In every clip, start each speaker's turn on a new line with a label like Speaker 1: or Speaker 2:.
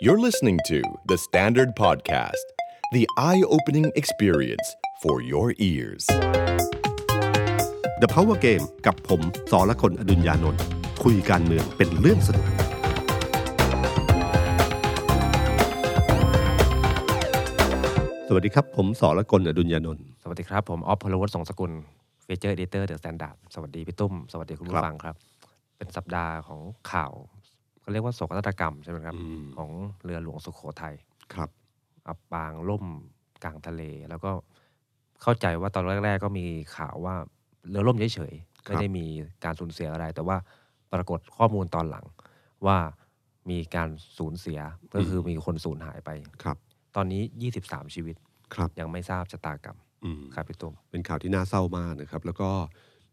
Speaker 1: You're listening to The Standard Podcast, the eye opening experience for your ears.
Speaker 2: The Power Game กับผมสอละคนอดุญญานนท์คุยการเมืองเป็นเรื่องสนุก สวัสดีครับ ผมสอละคนอดุญญานนท์
Speaker 3: สวัสดีครับ ผมออฟพลวัตสงสกุลเฟเจอร์เอเตอร์เดอะสแตนดาร์ดสวัสดีพี่ตุ้ม สวัสดีคุ
Speaker 2: ค
Speaker 3: ณ
Speaker 2: รั
Speaker 3: ผู้
Speaker 2: บ
Speaker 3: ฟังครับ เป็นสัปดาห์ของข่าวเขาเรียกว่าโศกนาฏกรรมใช่ไหมครับ
Speaker 2: อืม
Speaker 3: ของเรือหลวงสุโขทัย
Speaker 2: ครับ
Speaker 3: อับปางล่มกลางทะเล แล้วก็เข้าใจว่าตอนแรก ๆ ก็มีข่าวว่าเรือล่มเฉยๆไม่ได้มีการสูญเสียอะไร แต่ว่าปรากฏข้อมูลตอนหลังว่ามีการสูญเสียก็คือมีคนสูญหายไป
Speaker 2: ครับ
Speaker 3: ตอนนี้ 23 ชีวิต
Speaker 2: ครับ
Speaker 3: ยังไม่ทราบชะตากรรม
Speaker 2: อืม
Speaker 3: ครับพี่ตุ้ม
Speaker 2: เป็นข่าวที่น่าเศร้ามากนะครับ แล้วก็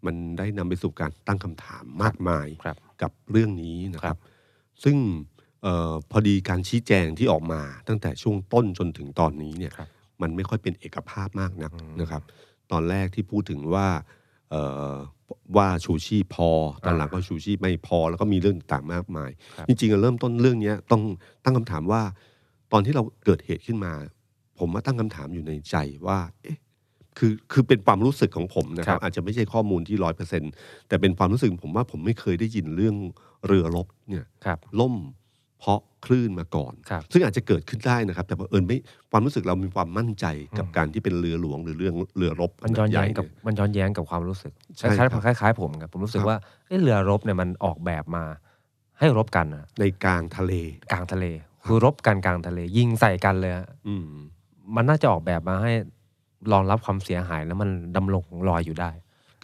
Speaker 2: มันได้นำไปสู่การตั้งคำถามมากมาย
Speaker 3: ครับ
Speaker 2: กับเรื่องนี้นะค
Speaker 3: ครั
Speaker 2: รับ
Speaker 3: บ
Speaker 2: ซึ่งเออพอดีการชี้แจงที่ออกมา ตั้งแต่ช่วงต้นจนถึงตอนนี้เนี่ย
Speaker 3: ครับ
Speaker 2: มันไม่ค่อยเป็นเอกภาพมากนัก
Speaker 3: อืม
Speaker 2: นะครับ ตอนแรกที่พูดถึงว่าเอ่อว่าชูชีพพอ ตอนหลังก็ชูชีพไม่พอ แล้วก็มีเรื่องต่างๆมากมาย
Speaker 3: ครับ
Speaker 2: จริงๆอะเริ่มต้นเรื่องเนี้ยต้องตั้งคำถามว่า ตอนที่เราเกิดเหตุขึ้นมา ผมมาตั้งคำถามอยู่ในใจว่า เอ๊ะคือคือเป็นความรู้สึกของผมนะครับ
Speaker 3: ครับ
Speaker 2: อาจจะไม่ใช่ข้อมูลที่ร้อยเปอร์เซ็นแต่เป็นความรู้สึกผมว่าผมไม่เคยได้ยินเรื่องเรือรบเนี่ย
Speaker 3: ครับ
Speaker 2: ล่มเพราะคลื่นมาก่อน
Speaker 3: ครับ
Speaker 2: ซึ่งอาจจะเกิดขึ้นได้นะครับ แต่บังเอิญไม่ความรู้สึกเรามีความมั่นใจกับ
Speaker 3: อืม
Speaker 2: การที่เป็นเรือหลวงหรือเรื่องเรือรบ
Speaker 3: มันย้อนแย้ง
Speaker 2: ใหญ่
Speaker 3: กับ
Speaker 2: เ
Speaker 3: มันย้อนแย้งกับความรู้สึก
Speaker 2: ใช่
Speaker 3: คล้าย
Speaker 2: ครับ
Speaker 3: ๆคล้ายๆผมครับผมรู้สึ
Speaker 2: ค
Speaker 3: ก
Speaker 2: รับ
Speaker 3: ว่าเอ้ยเรือรบเนี่ยมันออกแบบมา ให้รบกันนะ
Speaker 2: ในกลางทะเล
Speaker 3: กลางทะเล คือรบกันกลางทะเล ยิงใส่กันเลยฮะ
Speaker 2: อืม
Speaker 3: มันน่าจะออกแบบมาให้รองรับความเสียหายแล้วมันดำรงลอยอยู่ได้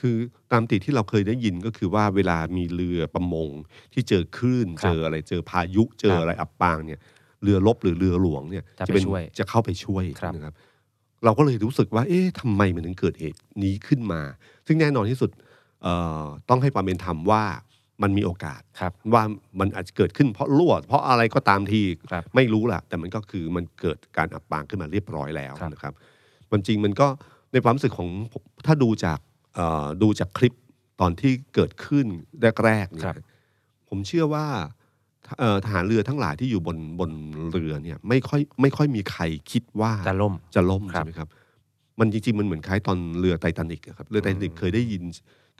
Speaker 2: คือตามติที่เราเคยได้ยินก็คือว่าเวลามีเรือประมงที่เจอคลื่น
Speaker 3: ครับ
Speaker 2: เจออะไรเจอพายุเจอ
Speaker 3: ครับ
Speaker 2: อะไรอับปางเนี่ย เรือรบหรือเรือหลวงเนี่ย
Speaker 3: จะไป
Speaker 2: เป็น
Speaker 3: ช่วย
Speaker 2: จะเข้าไปช่วย
Speaker 3: ครับ
Speaker 2: นะครับ เราก็เลยรู้สึกว่า เอ๊ะทำไมมันถึงเกิดเหตุนี้ขึ้นมา ซึ่งแน่นอนที่สุดเอ่อต้องให้ความเป็นธรรมว่ามันมีโอกาส
Speaker 3: ครับ
Speaker 2: ว่ามันอาจจะเกิดขึ้นเพราะรั่วเพราะอะไรก็ตามที
Speaker 3: ครับ
Speaker 2: ไม่รู้ล่ะ แต่มันก็คือมันเกิดการอับปางขึ้นมาเรียบร้อยแล้ว
Speaker 3: ครับ
Speaker 2: นะครับความจริงมันก็ในความรู้สึกของผมถ้าดูจากเอ่อดูจากคลิปตอนที่เกิดขึ้นแรกๆเนี่
Speaker 3: ครั
Speaker 2: ย
Speaker 3: บ
Speaker 2: ผมเชื่อว่าเอ่อทหารเรือทั้งหลายที่อยู่บนบนเรือเนี่ยไม่ค่อยไม่ค่อยมีใครคิดว่า
Speaker 3: จะล่ม
Speaker 2: จะล่ม
Speaker 3: ครั
Speaker 2: ใช่
Speaker 3: บ
Speaker 2: ไหมครับ มันจริงๆ มันเหมือนคล้ายตอนเรือไททานิกอะครับ เรือไททานิก
Speaker 3: อืม
Speaker 2: เคยได้ยิน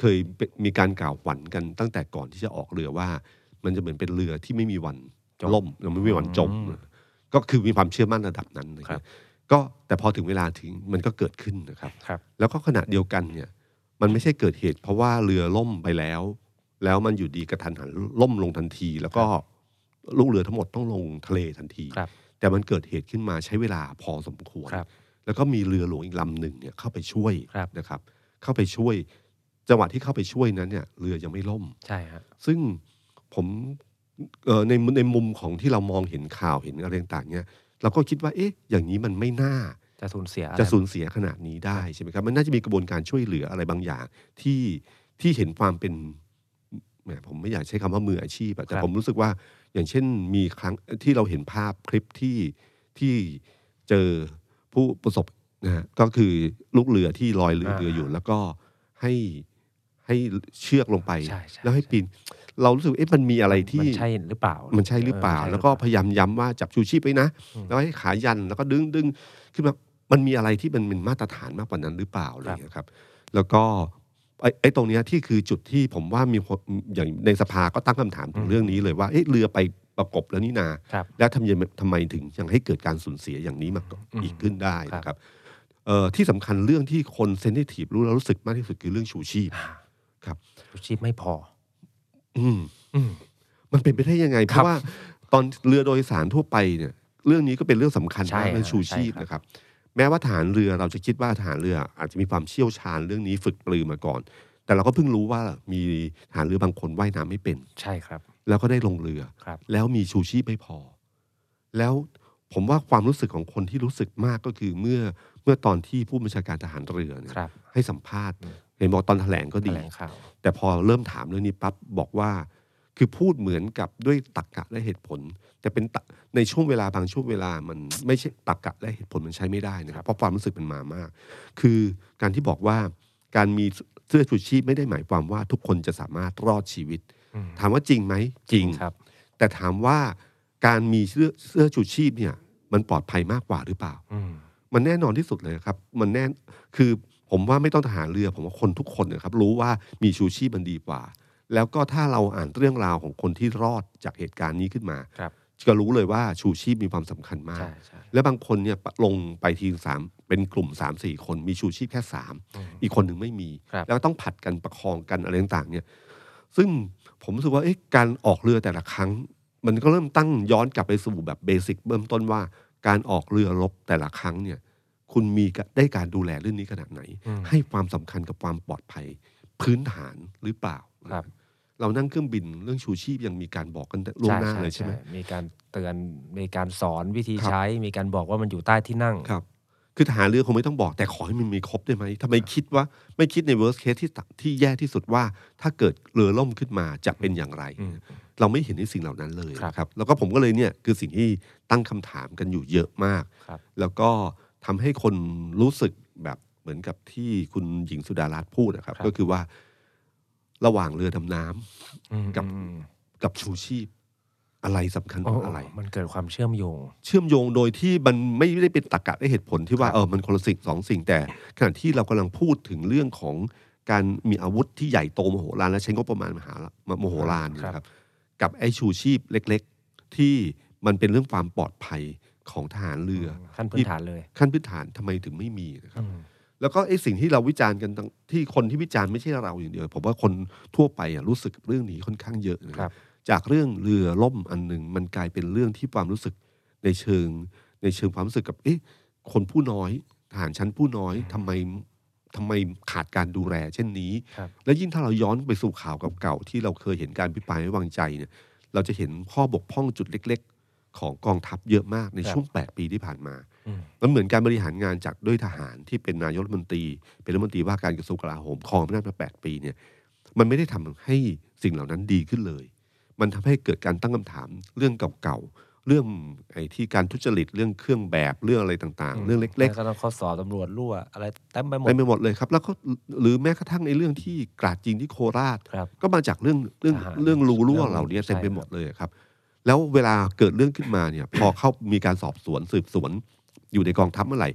Speaker 2: เคยเป็นมีการกล่าวขวัญกันตั้งแต่ก่อนที่จะออกเรือว่า มันจะเหมือนเป็นเรือที่ไม่มีวัน
Speaker 3: จม
Speaker 2: ล่มหรือไม่มีวันจม
Speaker 3: อืม
Speaker 2: ก็คือมีความเชื่อมั่นระดับนั้นนะค
Speaker 3: ครั
Speaker 2: รับบ ก็แต่พอถึงเวลาถึงมันก็เกิดขึ้นนะครับ
Speaker 3: ครับ
Speaker 2: แล้วก็ขณะเดียวกันเนี่ย มันไม่ใช่เกิดเหตุเพราะว่าเรือล่มไปแล้ว แล้วมันอยู่ดีกระทันหันล่มลงทันที แล้วก็ลูกเรือทั้งหมดต้องลงทะเลทันที
Speaker 3: ครับ
Speaker 2: แต่มันเกิดเหตุขึ้นมาใช้เวลาพอสมควร
Speaker 3: ครับ
Speaker 2: แล้วก็มีเรือหลวงอีกลำหนึ่งเนี่ยเข้าไปช่วย
Speaker 3: ครับ
Speaker 2: นะครับ เข้าไปช่วย จังหวะที่เข้าไปช่วยนั้นเนี่ยเรือยังไม่ล่ม
Speaker 3: ใช่ฮะ
Speaker 2: ซึ่งผมเอ่อในมุมในมุมของที่เรามองเห็นข่าวเห็นอะไรต่างๆเนี่ยเราก็คิดว่าเอ๊ะ อย่างนี้มันไม่น่า
Speaker 3: จะสูญเสียอไร
Speaker 2: จะสูญเสียขนาดนี้ได้ใช่ไหมครับ มันน่าจะมีกระบวนการช่วยเหลืออะไรบางอย่าง ที่ที่เห็นความเป็นแหมผมไม่อยากใช้คำว่ามืออาชีพอะแต่
Speaker 3: ครับ
Speaker 2: ผมรู้สึกว่าอย่างเช่นมีครั้งที่เราเห็นภาพคลิปที่ที่เจอผู้ประสบนะฮะก็คือลูกเรือที่ลอยเรือ
Speaker 3: อ่า
Speaker 2: เรืออยู่ แล้วก็ให้ให้เชือกลงไป
Speaker 3: ใช่ใช่
Speaker 2: แล้วให้ปีนเรารู้สึกเอ๊ะมันมีอะไรที่
Speaker 3: มันใช่หรือเปล่า
Speaker 2: มั
Speaker 3: มัน
Speaker 2: ใช่หรือเปล่า แล้วก็พยายามย้ำว่าจับชูชีพไว้นะ
Speaker 3: อืม
Speaker 2: แล้วให้ขายันแล้วก็ดึงดึงคือแบบมันมีอะไรที่มันเป็นมาตรฐานมากกว่านั้นหรือเปล่าอะไรอย่างเงี้ยครับ แล้วก็ไอ้ไอ้ตรงเนี้ยที่คือจุดที่ผมว่ามีคนอย่างในสภาก็ตั้งคำถามถึง
Speaker 3: อืม
Speaker 2: เรื่องนี้เลยว่าเอ๊ะเรือไปประกบแล้วนี่นา
Speaker 3: ครับ
Speaker 2: แล้วทำยังไงทำไมถึงยังให้เกิดการสูญเสียอย่างนี้มาก่อน
Speaker 3: อืม
Speaker 2: อีกขึ้นได้นะครับเอ่อที่สำคัญเรื่องที่คนเซนซิทีฟรู้แล้วรู้สึกมากที่สุดคือเรื่องชูชีพ
Speaker 3: อ่า
Speaker 2: ครับ
Speaker 3: ชูชีพไม่พอ
Speaker 2: อืม
Speaker 3: อืม
Speaker 2: มันเป็นไปได้ยังไง เพ
Speaker 3: ครับ
Speaker 2: ราะว่าตอนเรือโดยสารทั่วไปเนี่ยเรื่องนี้ก็เป็นเรื่องสำคัญ
Speaker 3: ใช่
Speaker 2: มาก
Speaker 3: ฮะ
Speaker 2: เรื่องชูชีพ
Speaker 3: ใช่ครับ
Speaker 2: นะครับ แม้ว่าฐานเรือเราจะคิดว่าฐานเรืออาจจะมีความเชี่ยวชาญเรื่องนี้ฝึกปรือมาก่อน แต่เราก็เพิ่งรู้ว่ามีฐานเรือบางคนว่ายน้ำไม่เป็น
Speaker 3: ใช่ครับ
Speaker 2: แล้วก็ได้ลงเรือ
Speaker 3: ครับ
Speaker 2: แล้วมีชูชีพไม่พอ แล้วผมว่าความรู้สึกของคนที่รู้สึกมากก็คือเมื่อเมื่อตอนที่ผู้บัญชาการทหารเรือเนี่ย
Speaker 3: ครับ
Speaker 2: ให้สัมภาษณ์เห็นบอกตอนแถลงก็
Speaker 3: แถ
Speaker 2: ดี
Speaker 3: ลงข่าว
Speaker 2: แต่พอเริ่มถามเรื่องนี้ปั๊บบอกว่า คือพูดเหมือนกับด้วยตรกกะและเหตุผล แต่เป็นตะในช่วงเวลาบางช่วงเวลามันไม่ใช่ตรกกะและเหตุผลมันใช้ไม่ได้นะครับเพราะความรู้สึกมันมามาก คือการที่บอกว่าการมีเสื้อชูชีพไม่ได้หมายความว่าทุกคนจะสามารถรอดชีวิต
Speaker 3: อืม
Speaker 2: ถามว่าจริงไหมจริง
Speaker 3: ครับ
Speaker 2: แต่ถามว่า การมีเสื้อเสื้อชูชีพเนี่ย มันปลอดภัยมากกว่าหรือเปล่า
Speaker 3: อืม
Speaker 2: มันแน่นอนที่สุดเลยครับ มันแน่นคือผมว่าไม่ต้องทหารเรือ ผมว่าคนทุกคนนะครับ รู้ว่ามีชูชีพมันดีกว่า แล้วก็ถ้าเราอ่านเรื่องราวของคนที่รอดจากเหตุการณ์นี้ขึ้นมา
Speaker 3: ครับ
Speaker 2: จะรู้เลยว่าชูชีพมีความสำคัญมาก
Speaker 3: ใช่ใช่
Speaker 2: และบางคนเนี่ยลงไปทีสามเป็นกลุ่มสามสี่คนมีชูชีพแค่สาม
Speaker 3: อืม
Speaker 2: อีกคนหนึ่งไม่มี
Speaker 3: ครับ
Speaker 2: แล้วต้องผัดกันประคองกันอะไรต่างๆเนี่ย ซึ่งผมรู้สึกว่าเอ๊ะการออกเรือแต่ละครั้ง มันก็เริ่มตั้งย้อนกลับไปสู่แบบเบสิกเริ่มต้นว่า การออกเรือรบแต่ละครั้งเนี่ย คุณมีกะได้การดูแลเรื่องนี้ขนาดไหน
Speaker 3: อืม
Speaker 2: ให้ความสำคัญกับความปลอดภัยพื้นฐานหรือเปล่า
Speaker 3: ครับ
Speaker 2: เรานั่งเครื่องบินเรื่องชูชีพยังมีการบอกกันล่วงหน้าเลยใช่ไหม
Speaker 3: มีการเตือนมีการสอนวิธี
Speaker 2: ครับ
Speaker 3: ใช้ มีการบอกว่ามันอยู่ใต้ที่นั่ง
Speaker 2: ครับ คือทหารเรือคงไม่ต้องบอกแต่ขอให้มันมีครบได้ไหมทำไมคิดว่าไม่คิดใน worst case ที่ตที่แย่ที่สุดว่า ถ้าเกิดเรือล่มขึ้นมาจะเป็นอย่างไร
Speaker 3: อืม
Speaker 2: เราไม่เห็นในสิ่งเหล่านั้นเลย
Speaker 3: ครับ
Speaker 2: นะครับ แล้วก็ผมก็เลยเนี่ยคือสิ่งที่ตั้งคำถามกันอยู่เยอะมาก
Speaker 3: ครับ
Speaker 2: แล้วก็ทำให้คนรู้สึกแบบเหมือนกับที่คุณหญิงสุดารัตน์พูดนะครับ
Speaker 3: ครับ
Speaker 2: ก็คือว่าระหว่างเรือดำน้ำ
Speaker 3: อืม
Speaker 2: กับ
Speaker 3: อืม
Speaker 2: กับชูชีพ อะไรสำคัญ
Speaker 3: โอ้
Speaker 2: กว่าอะไร
Speaker 3: มันเกิดความเชื่อมโยง
Speaker 2: เชื่อมโยงโดยที่มันไม่ได้เป็นตรรกะและเหตุผลที่ว่า
Speaker 3: ครับ
Speaker 2: เออมันคนละสิ่งสองสิ่ง แต่ขณะที่เรากำลังพูดถึงเรื่องของการมีอาวุธที่ใหญ่โตมโหฬารและใช้งบประมาณมหาละมโหฬารเนย
Speaker 3: ครับ
Speaker 2: นะครับกับไอ้ชูชีพเล็กๆ ที่มันเป็นเรื่องความปลอดภัยของทหารเรืออ
Speaker 3: ขั้นพื้นฐานเลย
Speaker 2: ขั้นพื้นฐานทำไมถึงไม่มีนะครับ
Speaker 3: อืม
Speaker 2: แล้วก็ไอ้สิ่งที่เราวิจารณ์กันทั้งที่คนที่วิจารณ์ไม่ใช่เราอย่างเดียว ผมว่าคนทั่วไปอ่ะรู้สึกเรื่องนี้ค่อนข้างเยอะนะค
Speaker 3: ครั
Speaker 2: รับบ จากเรื่องเรือล่มอันหนึ่งมันกลายเป็นเรื่องที่ความรู้สึกในเชิง ในเชิงความรู้สึกกับเอ๊ะคนผู้น้อยทหารชั้นผู้น้อยทำไมทำไมขาดการดูแลเช่นนี้
Speaker 3: ครับ
Speaker 2: และยิ่งถ้าเราย้อนไปสู่ข่าวเก่าๆที่เราเคยเห็นการพิปรายไม่วางใจเนี่ย เราจะเห็นข้อบกพร่องจุดเล็ก ๆ ของกองทัพเยอะมากใน
Speaker 3: ครับ
Speaker 2: ช่วง 8 ปีที่ผ่านมา
Speaker 3: อืม
Speaker 2: มันเหมือนการบริหารงานจากด้วยทหารที่เป็นนายกรัฐมนตรี เป็นรัฐมนตรีว่าการกระทรวงกลาโหมครองอำนาจมาแปดปีเนี่ยมันไม่ได้ทำให้สิ่งเหล่านั้นดีขึ้นเลย มันทำให้เกิดการตั้งคำถามเรื่องเก่าๆ เรื่องไอ้ที่การทุจริตเรื่องเครื่องแบบเรื่องอะไรต่างๆ เรื่องเล็ก
Speaker 3: แล้วก็ต้องข้อสอบตำรวจรั่วอะไรเต็มไปห
Speaker 2: ๆ
Speaker 3: มด
Speaker 2: ไปไปหมดเลยครับ แล้วก็หรือแม้กระทั่งในเรื่องที่กราดยิงที่โคราช
Speaker 3: ครับ
Speaker 2: ก็มาจากเรื่องเรื่อง
Speaker 3: ทหาร
Speaker 2: เรื่องรูรั่วเหล่านี้
Speaker 3: ใช่
Speaker 2: เต็มไป
Speaker 3: ครับ
Speaker 2: หมดเลยครับ แล้วเวลาเกิดเรื่องขึ้นมาเนี่ย พอเข้ามีการสอบสวนสืบสวน อยู่ในกองทัพเมื่อไหร่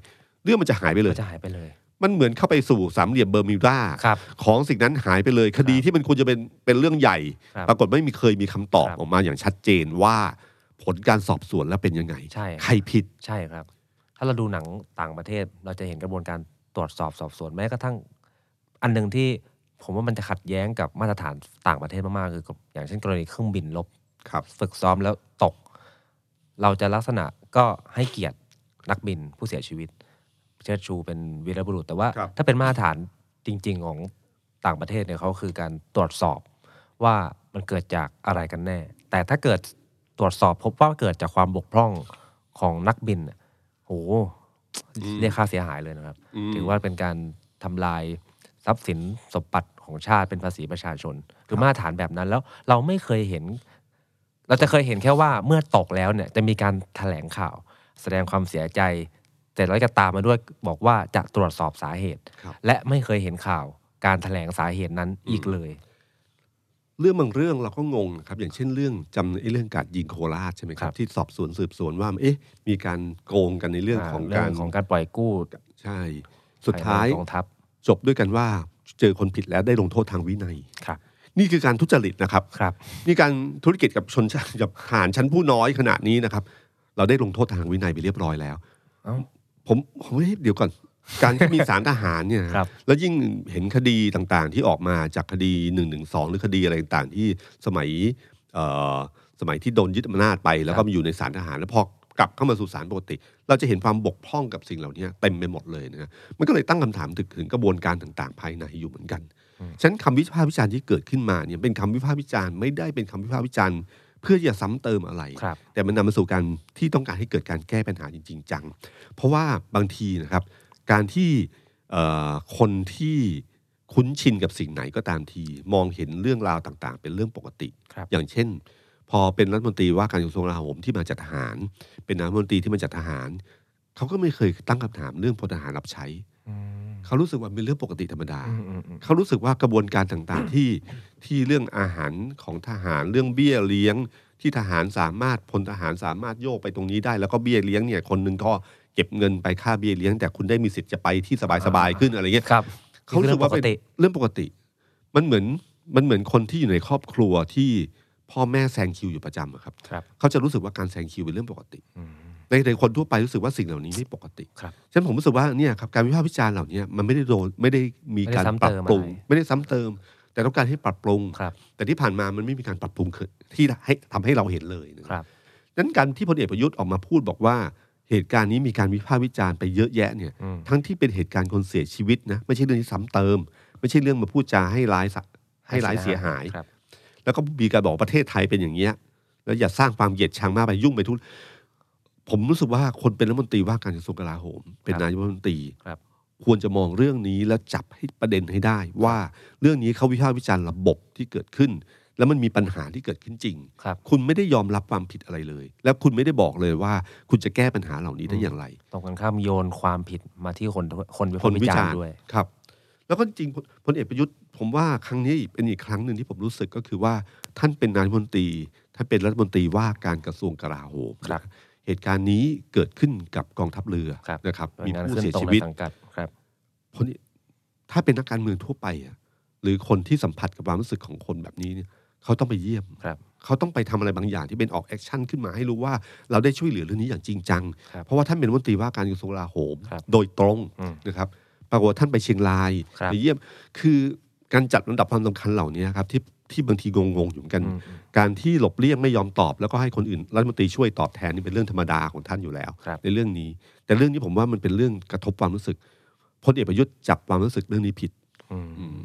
Speaker 2: เรื่องมันจะหายไปเลย
Speaker 3: ก็จะหายไปเลย
Speaker 2: มันเหมือนเข้าไปสู่สามเหลี่ยมเบอร์มิวดา
Speaker 3: ครับ
Speaker 2: ของสิ่งนั้นหายไปเลย คดีที่มันควรจะเป็นเป็นเรื่องใหญ่
Speaker 3: ครับ
Speaker 2: ปรากฏไม่มีเคยมีคำตอบ
Speaker 3: ครับ
Speaker 2: ออกมาอย่างชัดเจนว่าผลการสอบสวนแล้วเป็นยังไง
Speaker 3: ใช่ครับ
Speaker 2: ใครผิด
Speaker 3: ใช่ครับ ถ้าเราดูหนังต่างประเทศเราจะเห็นกระบวนการตรวจสอบสอบสวนแม้กระทั่ง อันหนึ่งที่ผมว่ามันจะขัดแย้งกับมาตรฐานต่างประเทศมากๆคือกับอย่างเช่นกรณีเครื่องบินลบ
Speaker 2: ครับ
Speaker 3: ฝึกซ้อมแล้วตก เราจะลักษณะก็ให้เกียรตินักบินผู้เสียชีวิต เชิดชูเป็นวีรบุรุษ แต่ว่า
Speaker 2: ครับ
Speaker 3: ถ้าเป็นมาตรฐานจริง ๆ ของต่างประเทศเนี่ยเขาคือการตรวจสอบว่ามันเกิดจากอะไรกันแน่ แต่ถ้าเกิดตรวจสอบพบว่าเกิดจากความบกพร่องของนักบินน่ะโหเรียกค่าเสียหายเลยนะครับ ถือว่าเป็นการทำลายทรัพย์สินสมบัติของชาติเป็นภาษีประชาชนคือมาตรฐานแบบนั้นแล้วเราไม่เคยเห็น เราจะเคยเห็นแค่ว่าเมื่อตกแล้วเนี่ยจะมีการแถลงข่าว แสดงความเสียใจแต่แล้วจะตามมาด้วยบอกว่าจะตรวจสอบสาเหตุ
Speaker 2: ครับ
Speaker 3: และไม่เคยเห็นข่าวการแถลงสาเหตุนั้นอีกเลย
Speaker 2: เรื่องบางเรื่องเราก็งงนะครับ อย่างเช่นเรื่องจำไอ้เรื่องการยิงโคราชใช่ไหมครั
Speaker 3: ครับ บ
Speaker 2: ที่สอบสวนสืบสวนว่าเอ๊ะมีการโกงกันในเรื่องของ
Speaker 3: เรื่
Speaker 2: การ
Speaker 3: ของการปล่อยกู้
Speaker 2: ใช่ สุดท้าย
Speaker 3: ภในกองทัพ
Speaker 2: จบด้วยกันว่าเจอคนผิดแล้วได้ลงโทษทางวินัย
Speaker 3: ครับ
Speaker 2: นี่คือการทุจริตนะครับ
Speaker 3: ครับ
Speaker 2: มีการธุรกิจกับชนชั้นกับฐานชั้นผู้น้อยขนาดนี้นะครับ เราได้ลงโทษทางวินัยไปเรียบร้อยแล้ว
Speaker 3: เอ้า
Speaker 2: ผมผมเฮ้ยเดี๋ยวก่อน การที่มีสารทหารเนี่ยนะครับ แล้วยิ่งเห็นคดีต่างๆ ที่ออกมาจากคดี1นึหรือคดีอะไรต่างๆ ที่สมัยเอ่อสมัยที่โดนยึดอำนาจไป แล้วก็มาอยู่ในสารทหารแล้วพอกลับเข้ามาสู่สารปกติ เราจะเห็นความบกพร่องกับสิ่งเหล่านี้เต็มไปหมดเลยนะมันก็เลยตั้งคำถามถึงถึงกระบวนการต่างๆ ภายในอยู่เหมือนกัน ฉะนันคำวิพากษ์วิจารณ์ที่เกิดขึ้นมาเนี่ยเป็นคำวิพากษ์วิจารณ์ไม่ได้เป็นคำวิพากษ์วิจารณ์เพื่อจะซ้ำเติมอะไร
Speaker 3: ครับ
Speaker 2: แต่มันนำมาสู่การที่ต้องการให้เกิดการแก้ปัญหาจริง ๆ จัง เพราะว่าบางทีนะครับ การที่เอ่อคนที่คุ้นชินกับสิ่งไหนก็ตามที มองเห็นเรื่องราวต่างๆ เป็นเรื่องปกติ
Speaker 3: ครับ
Speaker 2: อย่างเช่น พอเป็นรัฐมนตรีว่าการกระทรวงกลาโหมที่มาจากทหาร เป็นรัฐมนตรีที่มาจากทหารเขาก็ไม่เคยตั้งคำถามเรื่องพลทหารรับใช้
Speaker 3: อืม
Speaker 2: เขารู้สึกว่าเป็นเรื่องปกติธรรมดา
Speaker 3: อืมอืมอืม
Speaker 2: เขารู้สึกว่ากระบวนการต่างๆ ที่ที่เรื่องอาหารของทหารเรื่องเบี้ยเลี้ยง ที่ทหารสามารถพลทหารสามารถโยกไปตรงนี้ได้ แล้วก็เบี้ยเลี้ยงเนี่ยคนหนึ่งก็เก็บเงินไปค่าเบี้ยเลี้ยง แต่คุณได้มีสิทธิ์จะไปที่สบายๆขึ้นอะไรเงี้ย
Speaker 3: ครับ
Speaker 2: เขารู้สึกว่าเป็น
Speaker 3: นี่คือ
Speaker 2: เรื่องปกติ มันเหมือนมันเหมือนคนที่อยู่ในครอบครัวที่พ่อแม่แซงคิวอยู่ประจำอะครับ
Speaker 3: เรื่องปกติครับ
Speaker 2: เขาจะรู้สึกว่าการแซงคิวเป็นเรื่องปกติ
Speaker 3: อืม
Speaker 2: ในในคนทั่วไปรู้สึกว่าสิ่งเหล่านี้ไม่ปกติ
Speaker 3: ครับ
Speaker 2: ฉะนั้นผมรู้สึกว่าเนี่ยครับการวิพากษ์วิจารณ์เหล่านี้มันไม่ได้โดนไม่ได้มีการ
Speaker 3: ไม่ได้ซ้ำ
Speaker 2: ปรับ
Speaker 3: เติม
Speaker 2: ปรุง
Speaker 3: อะไร
Speaker 2: ไม่ได้ซ้ำเติม แต่ต้องการให้ปรับปรุง
Speaker 3: ครับ
Speaker 2: แต่ที่ผ่านมามันไม่มีการปรับปรุงเกิดที่ให้ทำให้เราเห็นเลยนะครับ
Speaker 3: ครับ
Speaker 2: นั้นการที่พลเอกประยุทธ์ออกมาพูดบอกว่า เหตุการณ์นี้มีการวิพากษ์วิจารณ์ไปเยอะแยะเนี่ย
Speaker 3: อืม
Speaker 2: ทั้งที่เป็นเหตุการณ์คนเสียชีวิตนะไม่ใช่เรื่องที่ซ้ำเติม ไม่ใช่เรื่องมาพูดจาให้ร้ายสะให้ร้ายเสียหาย
Speaker 3: ครับ
Speaker 2: แล้วก็มีการบอกประเทศไทยเป็นอย่างเงี้ยแล้วอย่าสร้างความเหยียดชังมากไปยุ่งไปทุกผมรู้สึกว่าคนเป็นรัฐมนตรีว่าการกระทรวงกลาโหม เป็นนายกรัฐมนตรี
Speaker 3: ครับ
Speaker 2: ควรจะมองเรื่องนี้แล้วจับให้ประเด็นให้ได้ ว่าเรื่องนี้เขาวิพากษ์วิจารณ์ระบบที่เกิดขึ้น แล้วมันมีปัญหาที่เกิดขึ้นจริง
Speaker 3: ครับ
Speaker 2: คุณไม่ได้ยอมรับความผิดอะไรเลย และคุณไม่ได้บอกเลยว่าคุณจะแก้ปัญหาเหล่านี้ได้อย่างไร
Speaker 3: ตรงกันข้ามโยนความผิดมาที่คนคนวิ
Speaker 2: คน
Speaker 3: พากษ์วิ
Speaker 2: วิ
Speaker 3: จาร
Speaker 2: จาร
Speaker 3: ณ์
Speaker 2: ณ์
Speaker 3: ด้วย
Speaker 2: ครับ แล้วก็จริงๆพลพลเอกประยุทธ์ ผมว่าครั้งนี้เป็นอีกครั้งหนึ่งที่ผมรู้สึกก็คือว่าท่านเป็นนายรัฐมนตรีท่านเป็นรัฐมนตรีว่าการกระทรวงกลาโหม
Speaker 3: ครับ
Speaker 2: เหตุการณ์นี้เกิดขึ้นกับกองทัพเรือ
Speaker 3: ครับ
Speaker 2: นะครับ
Speaker 3: หน่วย
Speaker 2: มี
Speaker 3: งาน
Speaker 2: ผู้
Speaker 3: ขึ้น
Speaker 2: เสีย
Speaker 3: ตรง
Speaker 2: ชี
Speaker 3: ใน
Speaker 2: วิต
Speaker 3: สังกัดครับ
Speaker 2: พลเอกถ้าเป็นนักการเมืองทั่วไปอะหรือคนที่สัมผัสกับความรู้สึกของคนแบบนี้เนี่ยเขาต้องไปเยี่ยม
Speaker 3: ครับ
Speaker 2: เขาต้องไปทำอะไรบางอย่างที่เป็นออกแอคชั่นขึ้นมาให้รู้ว่าเราได้ช่วยเหลือเรื่องนี้อย่างจริงจัง
Speaker 3: ครับ
Speaker 2: เพราะว่าท่านเป็นรัฐมนตรีว่าการกระทรวงกลาโหม
Speaker 3: ครับ
Speaker 2: โดยตรง
Speaker 3: อืม
Speaker 2: นะครับปรากฏว่าท่านไปเชียงราย
Speaker 3: ครับ
Speaker 2: ไปเยี่ยม คือการจัดลำดับความสำคัญเหล่านี้ครับที่ที่บางทีงงๆอยู่เหมือนกัน
Speaker 3: อืม
Speaker 2: การที่หลบเลี่ยงไม่ยอมตอบ แล้วก็ให้คนอื่นรัฐมนตรีช่วยตอบแทนนี่เป็นเรื่องธรรมดาของท่านอยู่แล้ว
Speaker 3: ครับ
Speaker 2: ในเรื่องนี้ แต่เรื่องนี้ผมว่ามันเป็นเรื่องกระทบความรู้สึกพลเอกประยุทธ์จับความรู้สึกเรื่องนี้ผิด
Speaker 3: อื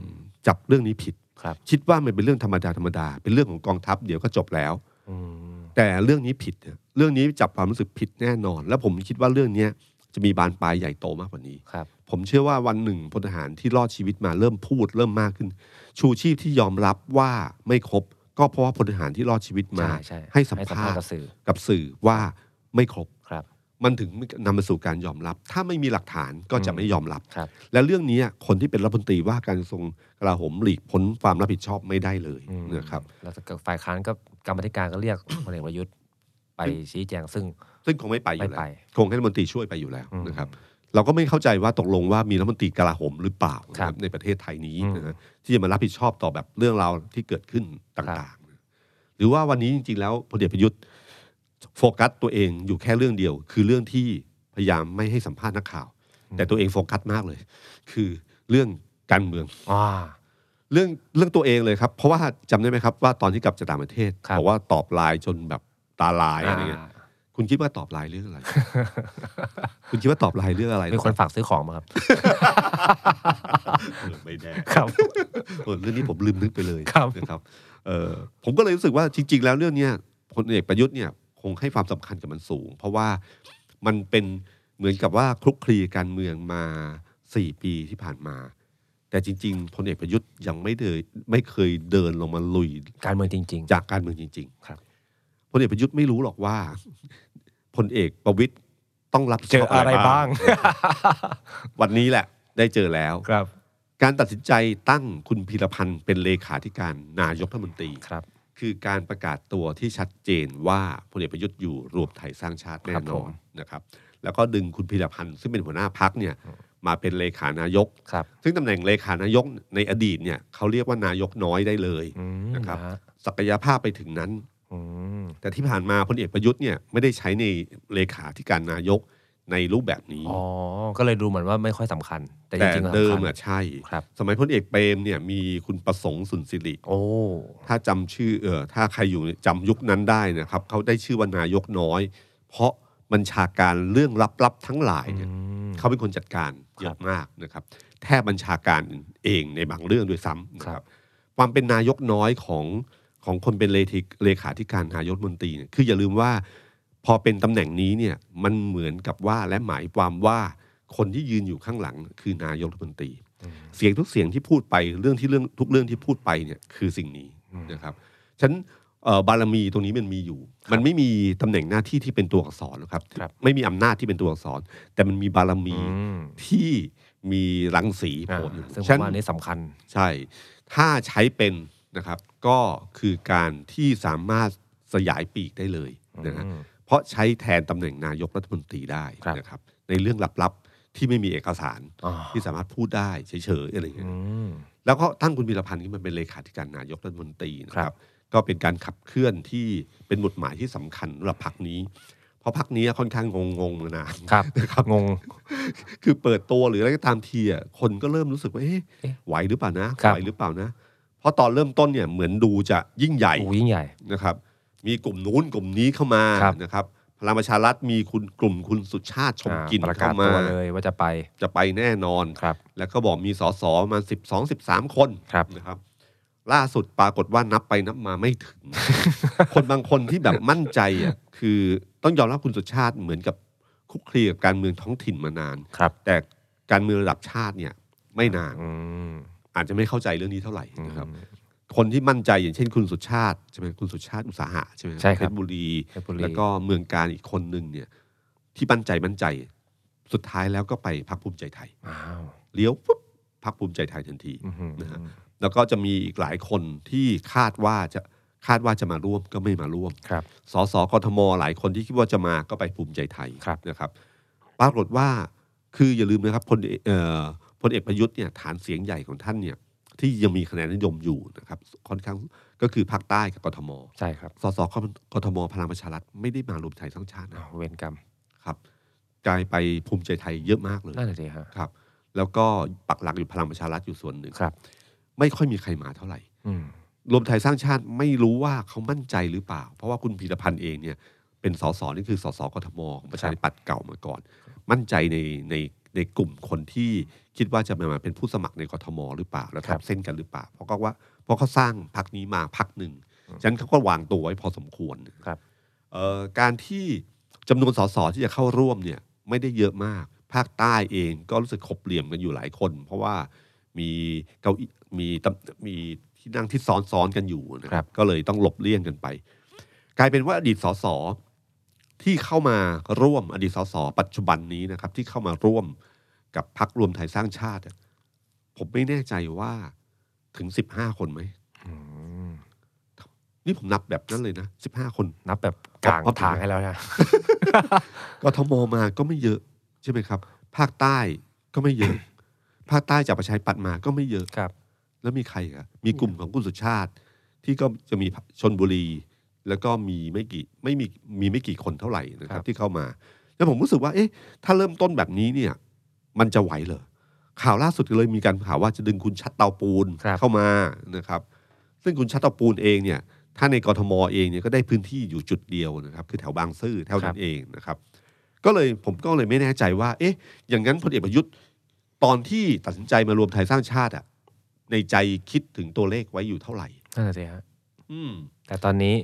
Speaker 3: ม
Speaker 2: จับเรื่องนี้ผิด
Speaker 3: ครับ
Speaker 2: คิดว่ามันเป็นเรื่องธรรมดาธรรมดาเป็นเรื่องของกองทัพเดี๋ยวก็จบแล้ว
Speaker 3: อืม
Speaker 2: แต่เรื่องนี้ผิดเนี่ยเรื่องนี้จับความรู้สึกผิดแน่นอน และผมคิดว่าเรื่องเนี้ยจะมีบานปลายใหญ่โตมากกว่านี้
Speaker 3: ครับ
Speaker 2: ผมเชื่อว่าวันหนึ่งพลทหารที่รอดชีวิตมาเริ่มพูดเริ่มมากขึ้น ชูชีพที่ยอมรับว่าไม่ครบ ก็เพราะว่าพลทหารที่รอดชีวิตมา
Speaker 3: ใช่ใช่
Speaker 2: สัมภาษณ์
Speaker 3: กับสื่อ
Speaker 2: กับสื่อว่าไม่ครบ
Speaker 3: ครับ
Speaker 2: มันถึงนำมาสู่การยอมรับ ถ้าไม่มีหลักฐานก็จะ
Speaker 3: อืม
Speaker 2: ไม่ยอมรับ
Speaker 3: ครับ
Speaker 2: และเรื่องนี้คนที่เป็นรัฐมนตรีว่าการกระทรวงกลาโหมหลีกพ้นความรับผิดชอบไม่ได้เลย
Speaker 3: อืม
Speaker 2: นะครับ
Speaker 3: แล้วก็ฝ่ายค้านก็กรรมธิการก็เรียก พลเอกประยุทธ์ไปชี้แจงซึ่ง
Speaker 2: ซึ่งคงไม่ไปอยู่
Speaker 3: ไม่
Speaker 2: แล้ว
Speaker 3: ไป
Speaker 2: คงให้รัฐมนตรีช่วยไปอยู่แล้ว
Speaker 3: อืม
Speaker 2: นะครับ เราก็ไม่เข้าใจว่าตกลงว่ามีรัฐมนตรีกลาโหมหรือเปล่านะค
Speaker 3: ครั
Speaker 2: รับบ ในประเทศไทยนี้
Speaker 3: อืม
Speaker 2: นะฮะที่จะมารับผิดชอบต่อแบบเรื่องราวที่เกิดขึ้น
Speaker 3: ครั
Speaker 2: ต่า
Speaker 3: บ
Speaker 2: งๆ หรือว่าวันนี้จริงๆแล้วพลเอกประยุทธ์โฟกัสตัวเองอยู่แค่เรื่องเดียว คือเรื่องที่พยายามไม่ให้สัมภาษณ์นักข่าว แต่ตัวเองโฟกัสมากเลย คือเรื่องการเมือง
Speaker 3: อ่า
Speaker 2: เรื่องเรื่องตัวเองเลยครับ เพราะว่าจำได้ไหมครับว่าตอนที่กลับจากต่างประเทศ
Speaker 3: ครับ
Speaker 2: บอกว่าตอบไลน์จนแบบตาลายอะไรเงี้ยคุณคิดว่าตอบไลน์เรื่องอะไร คุณคิดว่าตอบไลน์เรื่องอะไร
Speaker 3: มีคนฝากซื้อของมาครับ
Speaker 2: เออไม่แน่
Speaker 3: ครับ
Speaker 2: เออเรื่องนี้ผมลืมนึกไปเลย
Speaker 3: ครับ
Speaker 2: นะครับเออผมก็เลยรู้สึกว่าจริง ๆ แล้วเรื่องเนี้ยพลเอกประยุทธ์เนี่ยคงให้ความสำคัญกับมันสูง เพราะว่ามันเป็นเหมือนกับว่าคลุกคลีการเมืองมาสี่ปีที่ผ่านมา แต่จริง ๆพลเอกประยุทธ์ยังไม่เดยไม่เคยเดินลงมาลุย
Speaker 3: การเมืองจริง
Speaker 2: จากการเมืองจริงๆ
Speaker 3: ครับ
Speaker 2: พลเอกประยุทธ์ไม่รู้หรอกว่า พลเอกประวิตยต้องรับผิด
Speaker 3: ๆ เจ
Speaker 2: ช
Speaker 3: อ
Speaker 2: อบ
Speaker 3: อะไรบ้าง
Speaker 2: วันนี้แหละ ได้เจอแล้ว
Speaker 3: ครับ
Speaker 2: การตัดสินใจตั้งคุณพีรพันธ์เป็นเลขาธิการนายกรัฐมนตรี
Speaker 3: ครับ
Speaker 2: คือการประกาศตัวที่ชัดเจนว่าพลเอกประยุทธ์อยู่รวมไทยสร้างชาติแน่
Speaker 3: ครับ
Speaker 2: น
Speaker 3: ผ
Speaker 2: อ
Speaker 3: ม
Speaker 2: นนะครับ แล้วก็ดึงคุณพีรพันธ์ซึ่งเป็นหัวหน้าพักเนี่ย มาเป็นเลขานายก
Speaker 3: ครับ
Speaker 2: ซึ่งตำแหน่งเลขานายกในอดีตเนี่ยเขาเรียกว่านายกน้อยได้เลย
Speaker 3: อืม
Speaker 2: นะครับ
Speaker 3: ฮะ
Speaker 2: ศักยภาพไปถึงนั้น
Speaker 3: อืม
Speaker 2: แต่ที่ผ่านมาพลเอกประยุทธ์เนี่ยไม่ได้ใช้ในเลขาธิการนายกในรูปแบบนี้
Speaker 3: อ๋อ ก็เลยดูเหมือนว่าไม่ค่อยสำคัญ แต่จ
Speaker 2: แต่
Speaker 3: ริงๆแล้ว
Speaker 2: เดิม
Speaker 3: สำคัญ
Speaker 2: อะใช่
Speaker 3: ครับ
Speaker 2: สมัยพลเอกเปรมเนี่ยมีคุณประสงค์สุนทริ
Speaker 3: โอ้
Speaker 2: ถ้าจำชื่อเออถ้าใครอยู่จำยุคนั้นได้นะครับเขาได้ชื่อว่านายกน้อย เพราะบัญชาการเรื่องลับๆทั้งหลายเนี่ย
Speaker 3: อืม
Speaker 2: เขาเป็นคนจัดการเยอะมากนะครับ แทบบัญชาการเองในบางเรื่องด้วยซ้ำนะค
Speaker 3: ครั
Speaker 2: รับ บ ความเป็นนายกน้อยของของคนเป็นเลขเลขาธิการนายกรัฐมนตรีเนี่ยคืออย่าลืมว่า พอเป็นตำแหน่งนี้เนี่ยมันเหมือนกับว่าและหมายความว่าคนที่ยืนอยู่ข้างหลัง คือนายกรัฐมนตรี เสียงทุกเสียงที่พูดไปเรื่องที่เรื่องทุกเรื่องที่พูดไปเนี่ยคือสิ่งนี้นะครับฉะนันเอ่อบารมีตรงนี้มันมีอยู่ มันไม่มีตำแหน่งหน้าที่ที่เป็นตัวอักษรหรอกครับ
Speaker 3: ครับ
Speaker 2: ไม่มีอำนาจที่เป็นตัวอักษร แต่มันมีบารมี
Speaker 3: อืม
Speaker 2: ที่มีรังสีโผ
Speaker 3: อ่า
Speaker 2: ล่อยู่
Speaker 3: ซึ่งผ
Speaker 2: ฉะ
Speaker 3: ม
Speaker 2: นั้
Speaker 3: ว่าอั
Speaker 2: น
Speaker 3: นนี้สำคัญ
Speaker 2: ใช่ ถ้าใช้เป็นนะครับ ก็คือการที่สามารถเส สยายปีกได้เลยนะฮะ
Speaker 3: อืม
Speaker 2: เพราะใช้แทนตำแหน่งนายกรัฐมนตรีได้
Speaker 3: ครับ
Speaker 2: นะครับ ในเรื่องลับๆที่ไม่มีเอกสาร
Speaker 3: อ๋อ
Speaker 2: ที่สามารถพูดได้เฉยๆอะไรอย่างเงี้ย
Speaker 3: อืม
Speaker 2: แล้วก็ตั้งคุณวีรพันธ์ขึ้นมาเป็นเลขาธิการนายกรัฐมนตรีนะค
Speaker 3: ครั
Speaker 2: รับ
Speaker 3: บ
Speaker 2: ก็เป็นการขับเคลื่อนที่เป็นบทหมายที่สำคัญสำหรับพรรคนี้ เพราะพรรคนี้ค่อนข้างงงๆมานาน
Speaker 3: ครับ
Speaker 2: นะครับ
Speaker 3: งง
Speaker 2: คือเปิดตัวหรืออะไรก็ตามทีอ่ะคนก็เริ่มรู้สึกว่าเอ๊ะ
Speaker 3: เอ๊ะ
Speaker 2: ไหวหรือเปล่านะครับ ไหวหรือเปล่านะ เพราะตอนเริ่มต้นเนี่ยเหมือนดูจะยิ่งใหญ่
Speaker 3: โอ้ยิ่งใหญ่
Speaker 2: นะครับมีกลุ่มนู้นกลุ่มนี้เข้ามา
Speaker 3: ครับ
Speaker 2: นะครับพลังประชารัฐมีคุณกลุ่มคุณสุชาติชม
Speaker 3: อ่าก
Speaker 2: ลิน
Speaker 3: ประกาศ
Speaker 2: เข้ามา
Speaker 3: ตัวเลยว่าจะไป
Speaker 2: จะไปแน่นอน
Speaker 3: ครับ
Speaker 2: แล้วก็บอกมีสสประมาสิบสองสิบสามคน
Speaker 3: ครับ
Speaker 2: นะครับ ล่าสุดปรากฏว่านับไปนับมาไม่ถึง คนบางคนที่แบบมั่นใจอ่ะคือต้องยอมรับคุณสุชาติเหมือนกับคลุกคลีกับการเมืองท้องถิ่นมานาน
Speaker 3: ครับ
Speaker 2: แต่การเมืองระดับชาติเนี่ยไม่นาน
Speaker 3: อืม
Speaker 2: อาจจะไม่เข้าใจเรื่องนี้เท่าไหร่
Speaker 3: นะ
Speaker 2: นะ
Speaker 3: ค
Speaker 2: ค
Speaker 3: รั
Speaker 2: รับ
Speaker 3: บ
Speaker 2: คนที่มั่นใจอย่างเช่นคุณสุชาติใช่ไหมคุณสุชาติอุตสาหะใช่ไหม
Speaker 3: ใช่ครั
Speaker 2: เพ
Speaker 3: บ
Speaker 2: ชรบุรี
Speaker 3: เพชรบุรี
Speaker 2: แล้วก็เมืองการอีกคนหนึ่งเนี่ย ที่มั่นใจมั่นใจ สุดท้ายแล้วก็ไปพักภูมิใจไทย
Speaker 3: อ้าว
Speaker 2: เลี้ยวปุ๊บพักภูมิใจไทยทันที
Speaker 3: อื้อหือ
Speaker 2: นะฮะ แล้วก็จะมีอีกหลายคนที่คาดว่าจะคาดว่าจะมาร่วมก็ไม่มาร่วม
Speaker 3: ครับ
Speaker 2: สสกทมหลายคนที่คิดว่าจะมาก็ไปภูมิใจไทย
Speaker 3: ครับ
Speaker 2: นะครับปรากฏว่าคืออย่าลืมนะครับพลเอกเอ่อพลเอกประยุทธ์เนี่ยฐานเสียงใหญ่ของท่านเนี่ย ที่ยังมีคะแนนนิยมอยู่นะครับ ค่อนข้างก็คือภาคใต้กับกทม
Speaker 3: ใช่ครับ
Speaker 2: สสกทมพลังประชารัฐไม่ได้มารวมไทยสร้างชาตินะ
Speaker 3: อ้าวเวรกรรม
Speaker 2: ครับกลายไปภูมิใจไทยเยอะมากเลย
Speaker 3: นั่นแหละสิฮะ
Speaker 2: ครับ แล้วก็ปักหลักอยู่พลังประชารัฐอยู่ส่วนหนึ่ง
Speaker 3: ครับ
Speaker 2: ไม่ค่อยมีใครมาเท่าไหร่
Speaker 3: อืม
Speaker 2: รวมไทยสร้างชาติไม่รู้ว่าเขามั่นใจหรือเปล่า เพราะว่าคุณพีรพันธ์เองเนี่ยเป็นสสนี่คือสสกทมของประชาธิปัตย์เก่ามาก่อน มั่นใจในในในกลุ่มคนที่คิดว่าจะมาเป็นผู้สมัครในกทมหรือเปล่าแล้วทับเส้นกันหรือเปล่า เพราะก็ว่าเพราะเขาสร้างพักนี้มาพักหนึ่งฉะนั้นเขาก็วางตัวไว้พอสมควร
Speaker 3: ครับ
Speaker 2: เอ่อการที่จำนวนสสที่จะเข้าร่วมเนี่ยไม่ได้เยอะมาก ภาคใต้เองก็รู้สึกขบเหลี่ยมกันอยู่หลายคน เพราะว่ามีเก้าอี้มีตำมีที่นั่งที่ซ้อนๆกันอยู่นะก็เลยต้องหลบเลี่ยงกันไป กลายเป็นว่าอดีตสสที่เข้ามาร่วมอดีตสสปัจจุบันนี้นะครับ ที่เข้ามาร่วมกับพักรวมไทยสร้างชาติอะผมไม่แน่ใจว่าถึงสิบห้าคนไหม
Speaker 3: อืม
Speaker 2: นี่ผมนับแบบนั้นเลยนะสิบห้าคน
Speaker 3: นับแบบกลาง
Speaker 2: เอา
Speaker 3: ทางให้แล้วนะ
Speaker 2: กทมมาก็ไม่เยอะใช่ไหมครับ ภาคใต้ก็ไม่เยอะ ภาคใต้จากประชาธิปัตย์มาก็ไม่เยอะ
Speaker 3: ครับ
Speaker 2: แล้วมีใครอ่ะมีกลุ่มของคุณสุชาติ ที่ก็จะมีชนบุรี แล้วก็มีไม่กี่ไม่มีมีไม่กี่คนเท่าไหร่นะค
Speaker 3: ครั
Speaker 2: รับบ ที่เข้ามา แล้วผมรู้สึกว่า เอ๊ะ ถ้าเริ่มต้นแบบนี้เนี่ย มันจะไหวเหรอข่าวล่าสุดเลยมีการข่าวว่าจะดึงคุณชัดเตาปูน
Speaker 3: ครับ
Speaker 2: เข้ามานะครับ ซึ่งคุณชัดเตาปูนเองเนี่ย ถ้าในกรทมเองเนี่ยก็ได้พื้นที่อยู่จุดเดียวนะครับ คือแถวบางซื่อแถวนั้นเองนะครับ ก็เลยผมก็เลยไม่แน่ใจว่า เอ๊ะ อย่างนั้นพลเอกประยุทธ์ตอนที่ตัดสินใจมารวมไทยสร้างชาติอะในใจคิดถึงตัวเลขไว้อยู่เท่าไหร่
Speaker 3: นั่นแหละสิฮะ
Speaker 2: อืม
Speaker 3: แต่ตอนนี้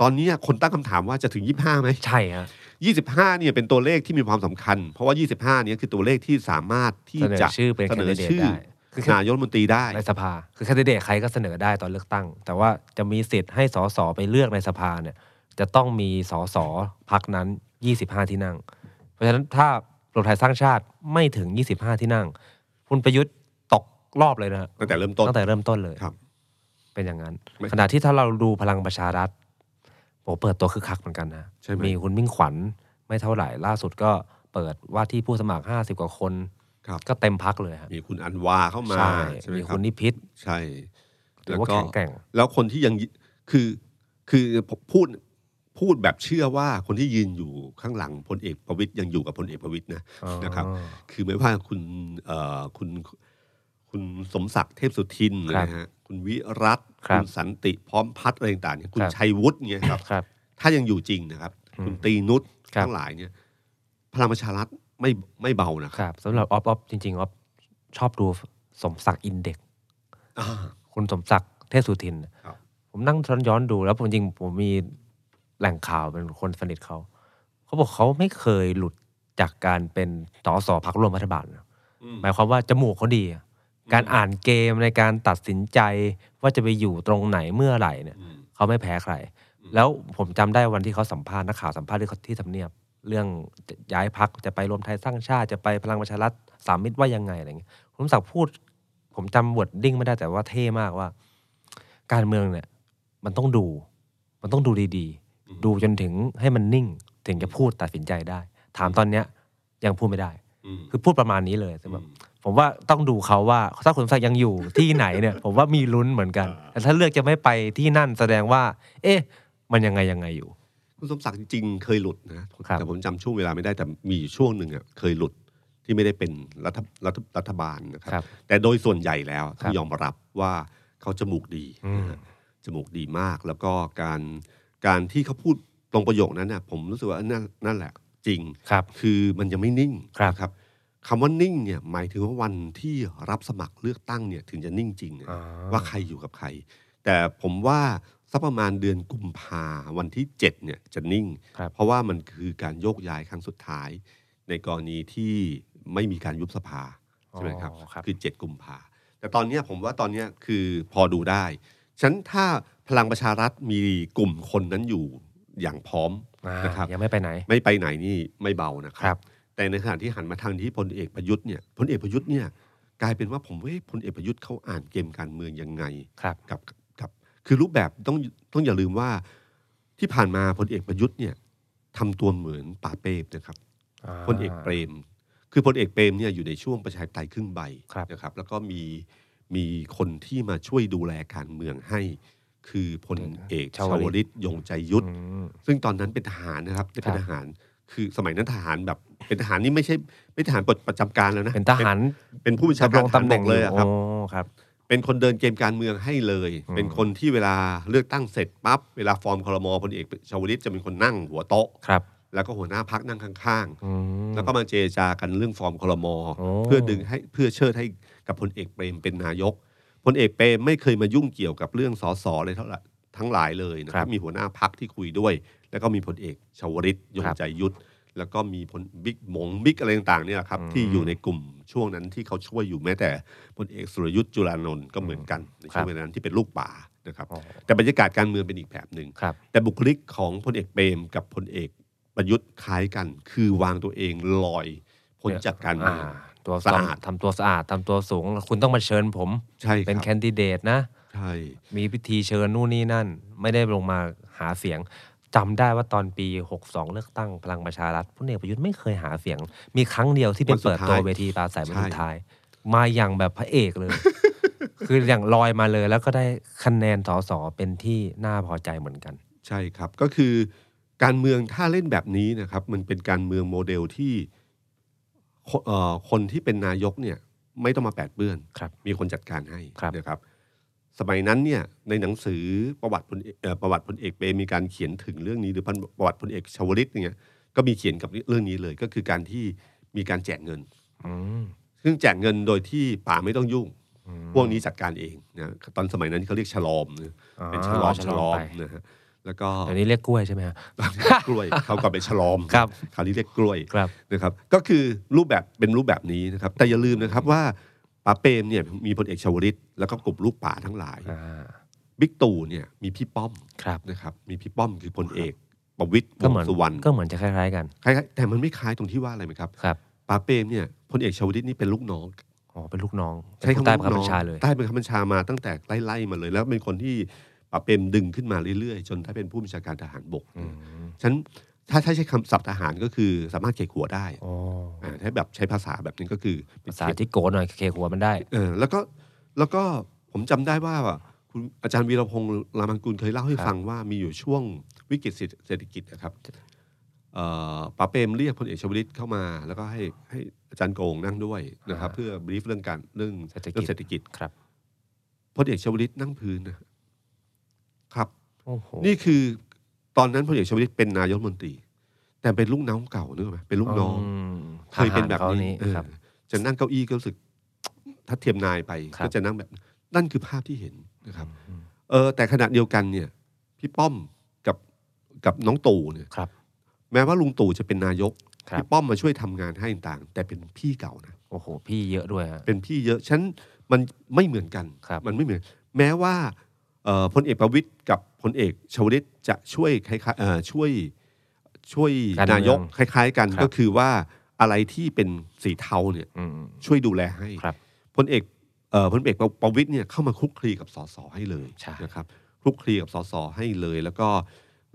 Speaker 2: ตอนเนี้ยคนตั้งคำถามว่าจะถึง 25ไหม
Speaker 3: ใช่ฮะ
Speaker 2: 25เนี่ยเป็นตัวเลขที่มีความสำคัญ เพราะว่า 25เนี่ยคือตัวเลขที่สามารถที่
Speaker 3: เสนอ
Speaker 2: จะ
Speaker 3: ชื่อเป็น
Speaker 2: เสนอ
Speaker 3: candidate
Speaker 2: ชื่อ
Speaker 3: ได้คือ
Speaker 2: นายกรัฐมนตรีได้
Speaker 3: ในสภา คือแคนดิเดตใครก็เสนอได้ตอนเลือกตั้ง แต่ว่าจะมีสิทธิ์ให้สสไปเลือกในสภาเนี่ย จะต้องมีสสพักนั้น 25 ที่นั่ง เพราะฉะนั้นถ้ารวมไทยสร้างชาติไม่ถึง 25 ที่นั่ง คุณประยุทธ์ตกรอบเลยนะฮะ
Speaker 2: ตั้งแต่เริ่มต้น
Speaker 3: ตั้งแต่เริ่มต้นเลย
Speaker 2: ครับ
Speaker 3: เป็นอย่างนั้น
Speaker 2: ไม่
Speaker 3: ขณะที่ถ้าเราดูพลังประชารัฐโอ้เปิดตัวคือคักเหมือนกันนะ
Speaker 2: ใช่ไหม
Speaker 3: มีคุณมิ่งขวัญไม่เท่าไหร่ล่าสุดก็เปิดว่าที่ผู้สมัคร 50 กว่าคน
Speaker 2: ครับ
Speaker 3: ก็เต็มพักเลยฮะ
Speaker 2: มีคุณอันวาเข้ามา
Speaker 3: ใช่
Speaker 2: ใช่ไหม
Speaker 3: มี
Speaker 2: ค
Speaker 3: คุ
Speaker 2: รับ
Speaker 3: ณนิพิษ
Speaker 2: ใช่
Speaker 3: ถือว่าแข็งแกร่ง
Speaker 2: แล้วคนที่ยังคือคือผมพูดพูดแบบเชื่อว่าคนที่ยืนอยู่ข้างหลังพลเอกประวิตยยังอยู่กับพลเอกประวิตยนะ นะครับ คือไม่ว่าคุณเอ่อคุณคุณสมศักดิ์เทพสุทิน
Speaker 3: ครับ
Speaker 2: นะฮะคุณวิรัต
Speaker 3: ครับ
Speaker 2: ณสันติพร้อมพัฒน์อะไรต่างๆเนี่ยคุณ
Speaker 3: ครับ
Speaker 2: ชัยวุฒิเนี่ยครับ
Speaker 3: ครับ
Speaker 2: ถ้ายังอยู่จริงนะครับ
Speaker 3: อืม
Speaker 2: คุณตีนุช
Speaker 3: ครับ
Speaker 2: ทั้งหลายเนี่ยพลังประชารัฐไม่ไม่เบานะค
Speaker 3: ครับ รับสำหรับออฟออฟจริงๆออฟชอบดูสมศักดิ์อินเด็กซ์
Speaker 2: อ่า
Speaker 3: คุณสมศักดิ์เทพสุทินน่ะ
Speaker 2: ครับ
Speaker 3: ผมนั่งย้อนๆดูแล้วผมจริงผมมีแหล่งข่าวเป็นคนสนิทเขา เขาบอกเขาไม่เคยหลุดจากการเป็นสสพักร่วมรัฐบาลนะหมายความว่าจมูกเขาดีอะการอ่านเกมในการตัดสินใจว่าจะไปอยู่ตรงไหนเมื่อไหร่เนี่ย
Speaker 2: อืม
Speaker 3: เขาไม่แพ้ใคร
Speaker 2: อืม
Speaker 3: แล้วผมจำได้วันที่เขาสัมภาษณ์นักข่าวสัมภาษณ์ที่เขาที่ทำเนียบ เรื่องจะย้ายพักจะไปรวมไทยสร้างชาติจะไปพลังประชารัฐสามมิตรว่ายังไงอะไรเงี้ยผมสักดิ์พูด ผมจำวอร์ดดิ้งไม่ได้แต่ว่าเท่มากว่า การเมืองเนี่ย มันต้องดู มันต้องดูดี
Speaker 2: อืม
Speaker 3: ๆ ดูจนถึงให้มันนิ่ง ถึงจะพูดตัดสินใจได้ ถามตอนเนี้ยยังพูดไม่ได้
Speaker 2: อืม
Speaker 3: คือพูดประมาณนี้เลยแต่แบบผมว่าต้องดูเขาว่าถ้าคุณสักดิ์ยังอยู่ ที่ไหน เนี่ย ผมว่ามีลุ้นเหมือนกัน แต่ถ้าเลือกจะไม่ไปที่นั่นแสดงว่า เอ๊ะ มันยังไงยังไงอยู่
Speaker 2: คุณสมศักดิ์จริงๆเคยหลุดนะ
Speaker 3: ครับ
Speaker 2: แต่ผมจำช่วงเวลาไม่ได้แต่มีอยู่ช่วงหนึ่งอ่ะเคยหลุดที่ไม่ได้เป็นรัฐรัฐรัฐบาลนะครับ
Speaker 3: ครับ
Speaker 2: แต่โดยส่วนใหญ่แล้ว
Speaker 3: ค
Speaker 2: ต้
Speaker 3: รั
Speaker 2: อบ งยอมรับว่าเขาจมูกดี
Speaker 3: อืม
Speaker 2: นะฮะจมูกดีมากแล้วก็การการที่เขาพูดตรงประโยคนั้นน่ะผมรู้สึกว่านั่นนั่นแหละจริง
Speaker 3: ครับ
Speaker 2: คือมันยังไม่นิ่ง
Speaker 3: ครับ
Speaker 2: นะครับคำว่านิ่งเนี่ยหมายถึงว่าวันที่รับสมัครเลือกตั้งเนี่ยถึงจะนิ่งจริงนะว่าใครอยู่กับใคร แต่ผมว่าสักประมาณเดือนกุมภาวันที่7เนี่ยจะนิ่ง
Speaker 3: ครับ
Speaker 2: เพราะว่ามันคือการโยกย้ายครั้งสุดท้าย ในกรณีที่ไม่มีการยุบสภาใช่ไหมครับ
Speaker 3: อ๋อครับ
Speaker 2: คือ 7 กุมภาแต่ตอนเนี้ยผมว่าตอนเนี้ยคือพอดูได้ฉะนันถ้าพลังประชารัฐมีกลุ่มคนนั้นอยู่อย่างพร้อม
Speaker 3: อ่า
Speaker 2: นะครับ
Speaker 3: ยังไม่ไปไหน
Speaker 2: ไม่ไปไหนนี่ไม่เบานะค
Speaker 3: ครั
Speaker 2: รับ
Speaker 3: บ
Speaker 2: แต่ในขณะที่หันมาทางที่พลเอกประยุทธ์เนี่ยพลเอกประยุทธ์เนี่ยกลายเป็นว่าผมว่าเอ๊ะพลเอกประยุทธ์เขาอ่านเกมการเมืองยังไง
Speaker 3: ครับ
Speaker 2: กับกับคือรูปแบบต้องต้องอย่าลืมว่าที่ผ่านมาพลเอกประยุทธ์เนี่ยทำตัวเหมือนป่าเปรมนะครับพลเอกเปรม คือพลเอกเปรมเนี่ยอยู่ในช่วงประชาธิปไตยครึ่งใบ
Speaker 3: ครับ
Speaker 2: นะครับ แล้วก็มีมีคนที่มาช่วยดูแลการเมืองให้ คือพลเอกชาวลิตยงใจยุทธ
Speaker 3: อืม
Speaker 2: ซึ่งตอนนั้นเป็นทหารนะครับ
Speaker 3: ครั
Speaker 2: เป็น
Speaker 3: บ
Speaker 2: ทหารคือสมัยนั้นทหารแบบ เป็นทหารนี่ไม่ใช่ไม่ทหารปลดประจำการแล้วนะ
Speaker 3: เป็นทหาร
Speaker 2: เป็นเป็นผู้บัญชากา
Speaker 3: ดำ
Speaker 2: ร รง ทหาร
Speaker 3: ตำแหน่ง
Speaker 2: บ
Speaker 3: อก
Speaker 2: เลยอะครับ
Speaker 3: โอ้ครับ
Speaker 2: เป็นคนเดินเกมการเมืองให้เลย
Speaker 3: อืม
Speaker 2: เป็นคนที่เวลาเลือกตั้งเสร็จปั๊บเวลาฟอร์มครมพลเอกชาวลิตจะเป็นคนนั่งหัวโต๊ะ
Speaker 3: ครับ
Speaker 2: แล้วก็หัวหน้าพักนั่งข้าง
Speaker 3: อืม
Speaker 2: ๆ แล้วก็มาเจรจากันเรื่องฟอร์มครม
Speaker 3: โอ้
Speaker 2: เพื่อดึงให้เพื่อเชิดให้กับพลเอกเปรมเป็นนายกพลเอกเปรมไม่เคยมายุ่งเกี่ยวกับเรื่องสสเลยเท่าไหร่ทั้งหลายเลยนะครับมีหัวหน้าพักที่คุยด้วย แล้วก็มีพลเอกชาวริตยงใจยุทธแล้วก็มีพลบิ๊กหมงบิ๊กอะไรต่างๆเนี่ยแหละครับ
Speaker 3: อืม
Speaker 2: ที่อยู่ในกลุ่มช่วงนั้นที่เขาช่วยอยู่แม้แต่พลเอกสุรยุทธ์จุลานนท์ก็เหมือนกันในช่วงเวลานั้นที่เป็นลูกป่านะครับ
Speaker 3: อ๋อ
Speaker 2: แต่บรรยากาศการเมืองเป็นอีกแบบหนึ่ง
Speaker 3: ครับ
Speaker 2: แต่บุคลิกของพลเอกเปรมกับพลเอกประยุทธ์คล้ายกัน คือวางตัวเองลอยพ้นจากการเมือง
Speaker 3: อ่ตัว
Speaker 2: สะอาด
Speaker 3: ทำตัวสะอาดทำตัวสูงแล้วคุณต้องมาเชิญผม
Speaker 2: ใช่ค
Speaker 3: เป็น
Speaker 2: รับ
Speaker 3: แคนดิเดตนะ
Speaker 2: ใช่
Speaker 3: มีพิธีเชิญนู่นนี่นั่น ไม่ได้ลงมาหาเสียงจำได้ว่าตอนปี 62 เลือกตั้งพลังประชารัฐพลเอกประยุทธ์ไม่เคยหาเสียง มีครั้งเดียวที่เป็นเปิดตัวเวทีปราศัยวันสุดท้าย มาอย่างแบบพระเอกเลย คืออย่างลอยมาเลยแล้วก็ได้คะแนนสอสอเป็นที่น่าพอใจเหมือนกัน
Speaker 2: ใช่ครับ ก็คือการเมืองถ้าเล่นแบบนี้นะครับ มันเป็นการเมืองโมเดลที่คเอ่อคนที่เป็นนายกเนี่ย ไม่ต้องมาแปดเปื้อน
Speaker 3: ครับ
Speaker 2: มีคนจัดการให้
Speaker 3: ครับ
Speaker 2: นะครับ สมัยนั้นเนี่ยในหนังสือประวัติพลเอกเอ่อประวัติพลเอกเปรมมีการเขียนถึงเรื่องนี้หรือพันประวัติพลเอกชวลิตเนี่ยก็มีเขียนกับเรื่องนี้เลย ก็คือการที่มีการแจกเงิน
Speaker 3: อืม
Speaker 2: ซึ่งแจกเงินโดยที่ป่าไม่ต้องยุ่ง
Speaker 3: อืม
Speaker 2: พวกนี้จัดการเองนะตอนสมัยนั้นเขาเรียกฉลอมนะเป็นฉลอมฉลอม
Speaker 3: ไป
Speaker 2: นะฮะแล้วก็
Speaker 3: เดี๋ยวนี้เรียกกล้วยใช่ไหมฮะ
Speaker 2: กล้วย เขากลับไปฉลอม
Speaker 3: ครับ
Speaker 2: คราวนี้เรียกกล้วย
Speaker 3: ครับ
Speaker 2: นะครับ ก็คือรูปแบบเป็นรูปแบบนี้นะครับ แต่อย่าลืมนะครับว่าป๋าเปรมเนี่ยมีพลเอกชวลิตแล้วก็กลุ่มลูกป่าทั้งหลาย
Speaker 3: อ่า
Speaker 2: บิ๊กตู่เนี่ยมีพี่ป้อม
Speaker 3: ครับ
Speaker 2: นะครับ มีพี่ป้อมคือพลเอกประวิตรว
Speaker 3: ก็
Speaker 2: ง
Speaker 3: เหมือน
Speaker 2: ษ์สุวรรณ
Speaker 3: ก็เหมือนจะคล้ายๆกัน
Speaker 2: คล้ายๆแต่มันไม่คล้ายตรงที่ว่าอะไรไหมครับ
Speaker 3: ครับ
Speaker 2: ป๋าเปรมเนี่ยพลเอกชวลิตนี่เป็นลูกน้อง
Speaker 3: อ๋อ เป็นลูกน้อง
Speaker 2: ใช้
Speaker 3: เป็
Speaker 2: คำ
Speaker 3: นผู้ใต้
Speaker 2: ว่าน้
Speaker 3: บังคับบั
Speaker 2: อง
Speaker 3: ญชาเลย
Speaker 2: ใต้บังคับบัญชามาตั้งแต่ไล่ๆมาเลย แล้วเป็นคนที่ปราบเปรมดึงขึ้นมาเรื่อยๆ จนได้เป็นผู้บัญชาการทหารบก
Speaker 3: อืม
Speaker 2: ฉะนันถ้าถ้าใช้คำศัพท์ทหารก็คือสามารถเขกหัวได้
Speaker 3: อ๋อ
Speaker 2: อ่าถ้าแบบใช้ภาษาแบบนี้ก็คือ
Speaker 3: ภาษาที่โกหน่อยเคหัวมันได้
Speaker 2: เออแล้วก็แล้วก็ผมจำได้ว่าคุณอาจารย์วีรพงศ์รามังกุลเคยเล่าให้
Speaker 3: ครับ
Speaker 2: ฟังว่ามีอยู่ช่วงวิกฤตเศรษฐกิจนะครับเอ่อป๋าเปรมเรียกพลเอกชวลิตเข้ามา แล้วก็ให้ให้อาจารย์โกงนั่งด้วยนะครับเพื่อบรีฟเรื่องการเรื่องเรื่องเศรษฐกิจ
Speaker 3: ครับ
Speaker 2: พลเอกชวลิตนั่งพื้นนะครับ
Speaker 3: โอ้โห
Speaker 2: นี่คือตอนนั้นพลเอกชวลิตเป็นนายกรัฐมนตรี แต่เป็นลูกน้องเก่านึกออกไหมเป็นลูกน้อง
Speaker 3: ม
Speaker 2: เคยเป็นแบบนี้
Speaker 3: ทหารเขาครับ
Speaker 2: เออจะนั่งเก้าอี้ก็รู้สึกทัดเทียมนายไป
Speaker 3: ครับ
Speaker 2: ก็จะนั่งแบบนั่นคือภาพที่เห็นนะครับ เออ แต่ขณะเดียวกันเนี่ย พี่ป้อมกับกับน้องตู่เนี่ย
Speaker 3: ครับ
Speaker 2: แม้ว่าลุงตู่จะเป็นนายก
Speaker 3: ครับ
Speaker 2: พี่ป้อมมาช่วยทำงานให้ต่างๆแต่เป็นพี่เก่านะ
Speaker 3: โอ้โห พี่เยอะด้วยฮะ
Speaker 2: เป็นพี่เยอะฉันมันไม่เหมือนกัน
Speaker 3: ครับ
Speaker 2: มันไม่เหมือน แม้ว่าเอ่อพลเอกประวิตยกับพลเอกชวลิตจะช่วยคล้ายๆเอ่อช่วยช่วย
Speaker 3: การเมือง
Speaker 2: นายกคล้าย ๆ กัน
Speaker 3: ครับ
Speaker 2: ก็คือว่าอะไรที่เป็นสีเทาเนี่ย
Speaker 3: อืม
Speaker 2: ช่วยดูแลให้
Speaker 3: ครับ
Speaker 2: พลเอกเอ่อพลเอกประวิตยเนี่ยเข้ามาคลุกคลีกับสสให้เลย
Speaker 3: ใช่
Speaker 2: นะครับค คลุกคลีกับสสให้เลย แล้วก็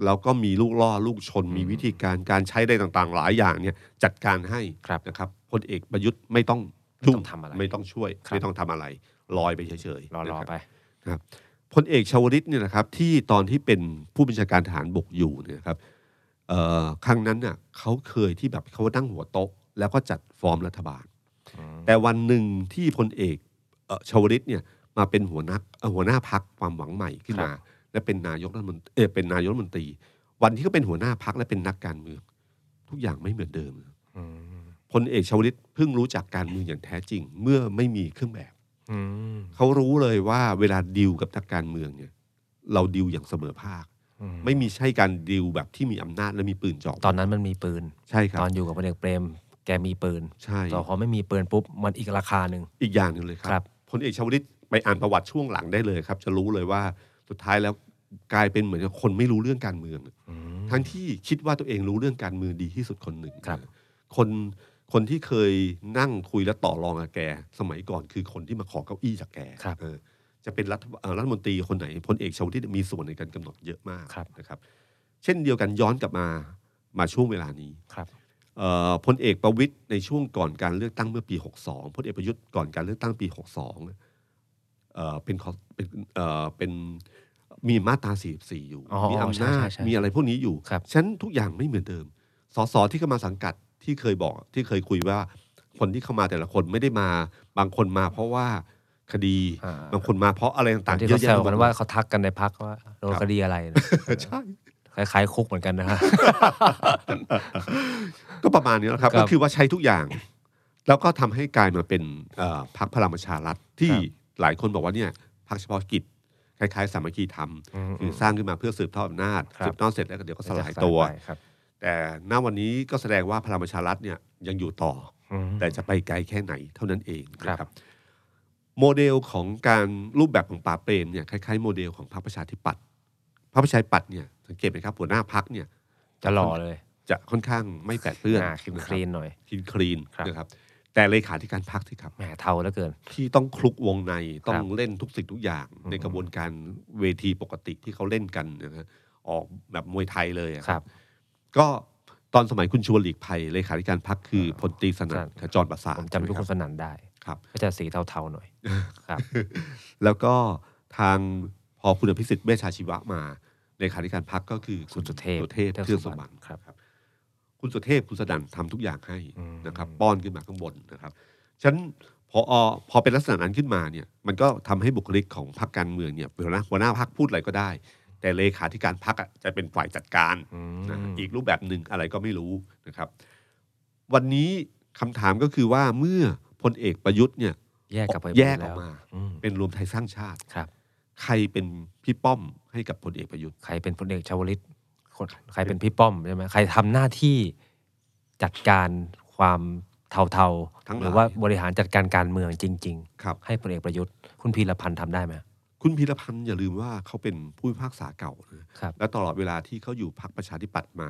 Speaker 2: แล้วก็มีลูกล่อลูกชน
Speaker 3: อืม
Speaker 2: มีวิธีการการใช้ได้ต่างๆ หลายอย่างเนี่ยจัดการให้
Speaker 3: ครับ
Speaker 2: นะครับพลเอกประยุทธ์ไม่ต้อง
Speaker 3: ไม่
Speaker 2: ยุ่
Speaker 3: ต้องทำอะไร
Speaker 2: ไม่ต้องช่วย
Speaker 3: ครับ
Speaker 2: ไม่ต้องทำอะไร ลอยไปเฉยๆ
Speaker 3: รอร
Speaker 2: นะ
Speaker 3: อ
Speaker 2: ครับ
Speaker 3: ไป
Speaker 2: พลเอกชวลิตเนี่ยนะครับที่ตอนที่เป็นผู้บัญชาการทหารบกอยู่เนี่ยนะครับเอ่อครั้งนั้นเน่ะเขาเคยที่แบบเขานั่งหัวโต๊ะ แล้วก็จัดฟอร์มรัฐบาล แต่วันหนึ่งที่พลเอกเอ่อชวลิตเนี่ยมาเป็นหัวนักเอ่อหัวหน้าพักความหวังใหม่ขึ้นมา และเป็นนายกรัฐมนตรีเออเป็นนายกรัฐมนตรี วันที่เขาเป็นหัวหน้าพักและเป็นนักการเมือง ทุกอย่างไม่เหมือนเดิม
Speaker 3: อืม
Speaker 2: พลเอกชวลิตเพิ่งรู้จักการเมืองอย่างแท้จริง เมื่อไม่มีเครื่องแบบ
Speaker 3: อืม
Speaker 2: เขารู้เลยว่าเวลาดิวกับนักการเมืองเนี่ย เราดิวอย่างเสมอภาค
Speaker 3: อืม
Speaker 2: ไม่มีใช่การดิวแบบที่มีอำนาจและมีปืนจ่อ
Speaker 3: ตอนนั้นมันมีปืน
Speaker 2: ใช่ครั
Speaker 3: ต
Speaker 2: บ
Speaker 3: อนอยู่กับพลเอกเปรม แกมีปืน
Speaker 2: ใช่
Speaker 3: แต่พอไม่มีปืนปุ๊บ มันอีกราคาหนึ่ง
Speaker 2: อีกอย่างหนึ่งเลยครั
Speaker 3: ครับ
Speaker 2: พลเอกชวลิตไปอ่านประวัติช่วงหลังได้เลยครับ จะรู้เลยว่าสุดท้ายแล้วกลายเป็นเหมือนกับคนไม่รู้เรื่องการเมือง
Speaker 3: อืม
Speaker 2: ทั้งที่คิดว่าตัวเองรู้เรื่องการเมืองดีที่สุดคนหนึ่ง
Speaker 3: ครับ
Speaker 2: คนคนที่เคยนั่งคุยและต่อรองกับแก สมัยก่อนคือคนที่มาขอเก้าอี้จากแก
Speaker 3: ครับ
Speaker 2: เออจะเป็นรัฐเอ่อรัฐมนตรีคนไหนพลเอกชวลิตมีส่วนในการกำหนดเยอะมาก
Speaker 3: ครับ
Speaker 2: นะครับ เช่นเดียวกันย้อนกลับมามาช่วงเวลานี้
Speaker 3: ครับ
Speaker 2: เอ่อพลเอกประวิตยในช่วงก่อนการเลือกตั้งเมื่อปี 62พลเอกประยุทธ์ก่อนการเลือกตั้งปี 62เอ่อเป็นขอเป็นเอ่อเป็นมีมาตรา44อยู่
Speaker 3: อ๋อ
Speaker 2: มีอำนา
Speaker 3: ใช่
Speaker 2: จ
Speaker 3: ใช่ใช่
Speaker 2: มีอะไรพวกนี้อยู่
Speaker 3: ครับ
Speaker 2: ฉะนันทุกอย่างไม่เหมือนเดิม สสที่เข้ามาสังกัดที่เคยบอกที่เคยคุยว่า คนที่เข้ามาแต่ละคนไม่ได้มา บางคนมาเพราะว่าคดี
Speaker 3: อ่า
Speaker 2: บางคนมาเพราะอะไร
Speaker 3: ตา
Speaker 2: ต่าง งๆ
Speaker 3: ที่
Speaker 2: เย
Speaker 3: เขา
Speaker 2: อะ
Speaker 3: แซ
Speaker 2: แยะ
Speaker 3: ว
Speaker 2: ไปหม
Speaker 3: กั
Speaker 2: ด
Speaker 3: นว่าเขาทักกันในพักว่าโดนคดีอะไรนะ
Speaker 2: ใช่
Speaker 3: คล้ายๆคุกเหมือนกันนะฮะ
Speaker 2: ก็ประมาณนี้แหละครับ
Speaker 3: ครับ
Speaker 2: ก็คือว่าใช้ทุกอย่าง แล้วก็ทำให้กลายมาเป็นเอ่อพรรคพลังประชารัฐที่
Speaker 3: ครับ
Speaker 2: หลายคนบอกว่าเนี่ยพรรคเฉพาะกิจคล้ายๆ สามัคคีธรรมคือสร้างขึ้นมาเพื่อสืบทอดอำนาจ
Speaker 3: ครับ
Speaker 2: สืบทอดเสร็จแล้วก็เดี๋ยวก็สลายตัว
Speaker 3: ไปครับ
Speaker 2: แต่ณวันนี้ก็แสดงว่าพลังประชารัฐเนี่ยยังอยู่ต่อ
Speaker 3: อืม
Speaker 2: แต่จะไปไกลแค่ไหนเท่านั้นเองนะครับ โมเดลของการรูปแบบของป่าบเปรมเนี่ยคล้ายๆโมเดลของพรรคประชาธิปัตย์พรรคประชาธิปัตย์เนี่ยสังเกตไหมครับหัวหน้าพักเนี่ย
Speaker 3: จะหล่อเลย
Speaker 2: จะค่อนข้างไม่แปดเปื้อน
Speaker 3: หาคลีนๆหน่อย
Speaker 2: คินคลีน
Speaker 3: ครับ
Speaker 2: นะครับ แต่เลขาธิการพักที่ครับ
Speaker 3: แหมเทาเหลือเกิน
Speaker 2: ที่ต้องคลุกวงในต้อ
Speaker 3: ครั
Speaker 2: ง
Speaker 3: บ
Speaker 2: เล่นทุกสิ่งทุกอย่าง
Speaker 3: อืม
Speaker 2: ในกระบวนการเวทีปกติที่เขาเล่นกันนะฮะออกแบบมวยไทยเลยอะ
Speaker 3: ครับ
Speaker 2: ก็ตอนสมัยคุณชวนหลีกภัยเลขาธิการพักคือพลตรีสนั่น
Speaker 3: ครับ
Speaker 2: ขจรประสาน
Speaker 3: ผมจำทุก
Speaker 2: ใช่
Speaker 3: ค
Speaker 2: ไห
Speaker 3: น
Speaker 2: ม
Speaker 3: สนั่นได้
Speaker 2: ครับ
Speaker 3: ก็จะสีเทาๆหน่อย ครับ
Speaker 2: แล้วก็ทางพอคุณอภิสิทธิ์เวชชาชีวะมาเลขาธิการพักก็คือ
Speaker 3: คุ
Speaker 2: คุณ ณ
Speaker 3: สุเทพ
Speaker 2: สุเทพเทือกสุบรรณ
Speaker 3: ครับ
Speaker 2: คุณสุเทพคุณสนั่นทำทุกอย่างให้
Speaker 3: อืม
Speaker 2: นะครับ ป้อนขึ้นมาข้างบนนะครับฉะนันพอพอเป็นลักษณะนั้นขึ้นมาเนี่ยมันก็ทำให้บุคลิกของพรรคการเมืองเนี่ยหัวหน้าหัวหน้าพักพูดอะไรก็ได้ แต่เลขาธิการพักจะเป็นฝ่ายจัดการ
Speaker 3: อืม
Speaker 2: นะอีกรูปแบบหนึ่งอะไรก็ไม่รู้นะครับ วันนี้คำถามก็คือว่าเมื่อพลเอกประยุทธ์เนี่ย
Speaker 3: แยกกับไป
Speaker 2: แยกอ
Speaker 3: แล้
Speaker 2: อ
Speaker 3: ว
Speaker 2: กมา
Speaker 3: อืม
Speaker 2: เป็นรวมไทยสร้างชาติ
Speaker 3: ครับ
Speaker 2: ใครเป็นพี่ป้อมให้กับพลเอกประยุทธ์
Speaker 3: ใครเป็นพลเอกชาวลิตคนใครเป็นพี่ป้อมใช่ไหมใครทำหน้าที่จัดการความเทา
Speaker 2: ทั้งห
Speaker 3: ๆ
Speaker 2: ลาย
Speaker 3: หรือว่าบริหารจัดการการเมืองจริง
Speaker 2: ครับ
Speaker 3: ๆ ให้พลเอกประยุทธ์ คุณพีรพันธ์ทำได้ไหม
Speaker 2: คุณพีรพันธ์อย่าลืมว่าเขาเป็นผู้พิพากษาเก่านะครับ และตลอดเวลาที่เขาอยู่พรรคประชาธิปัตย์มา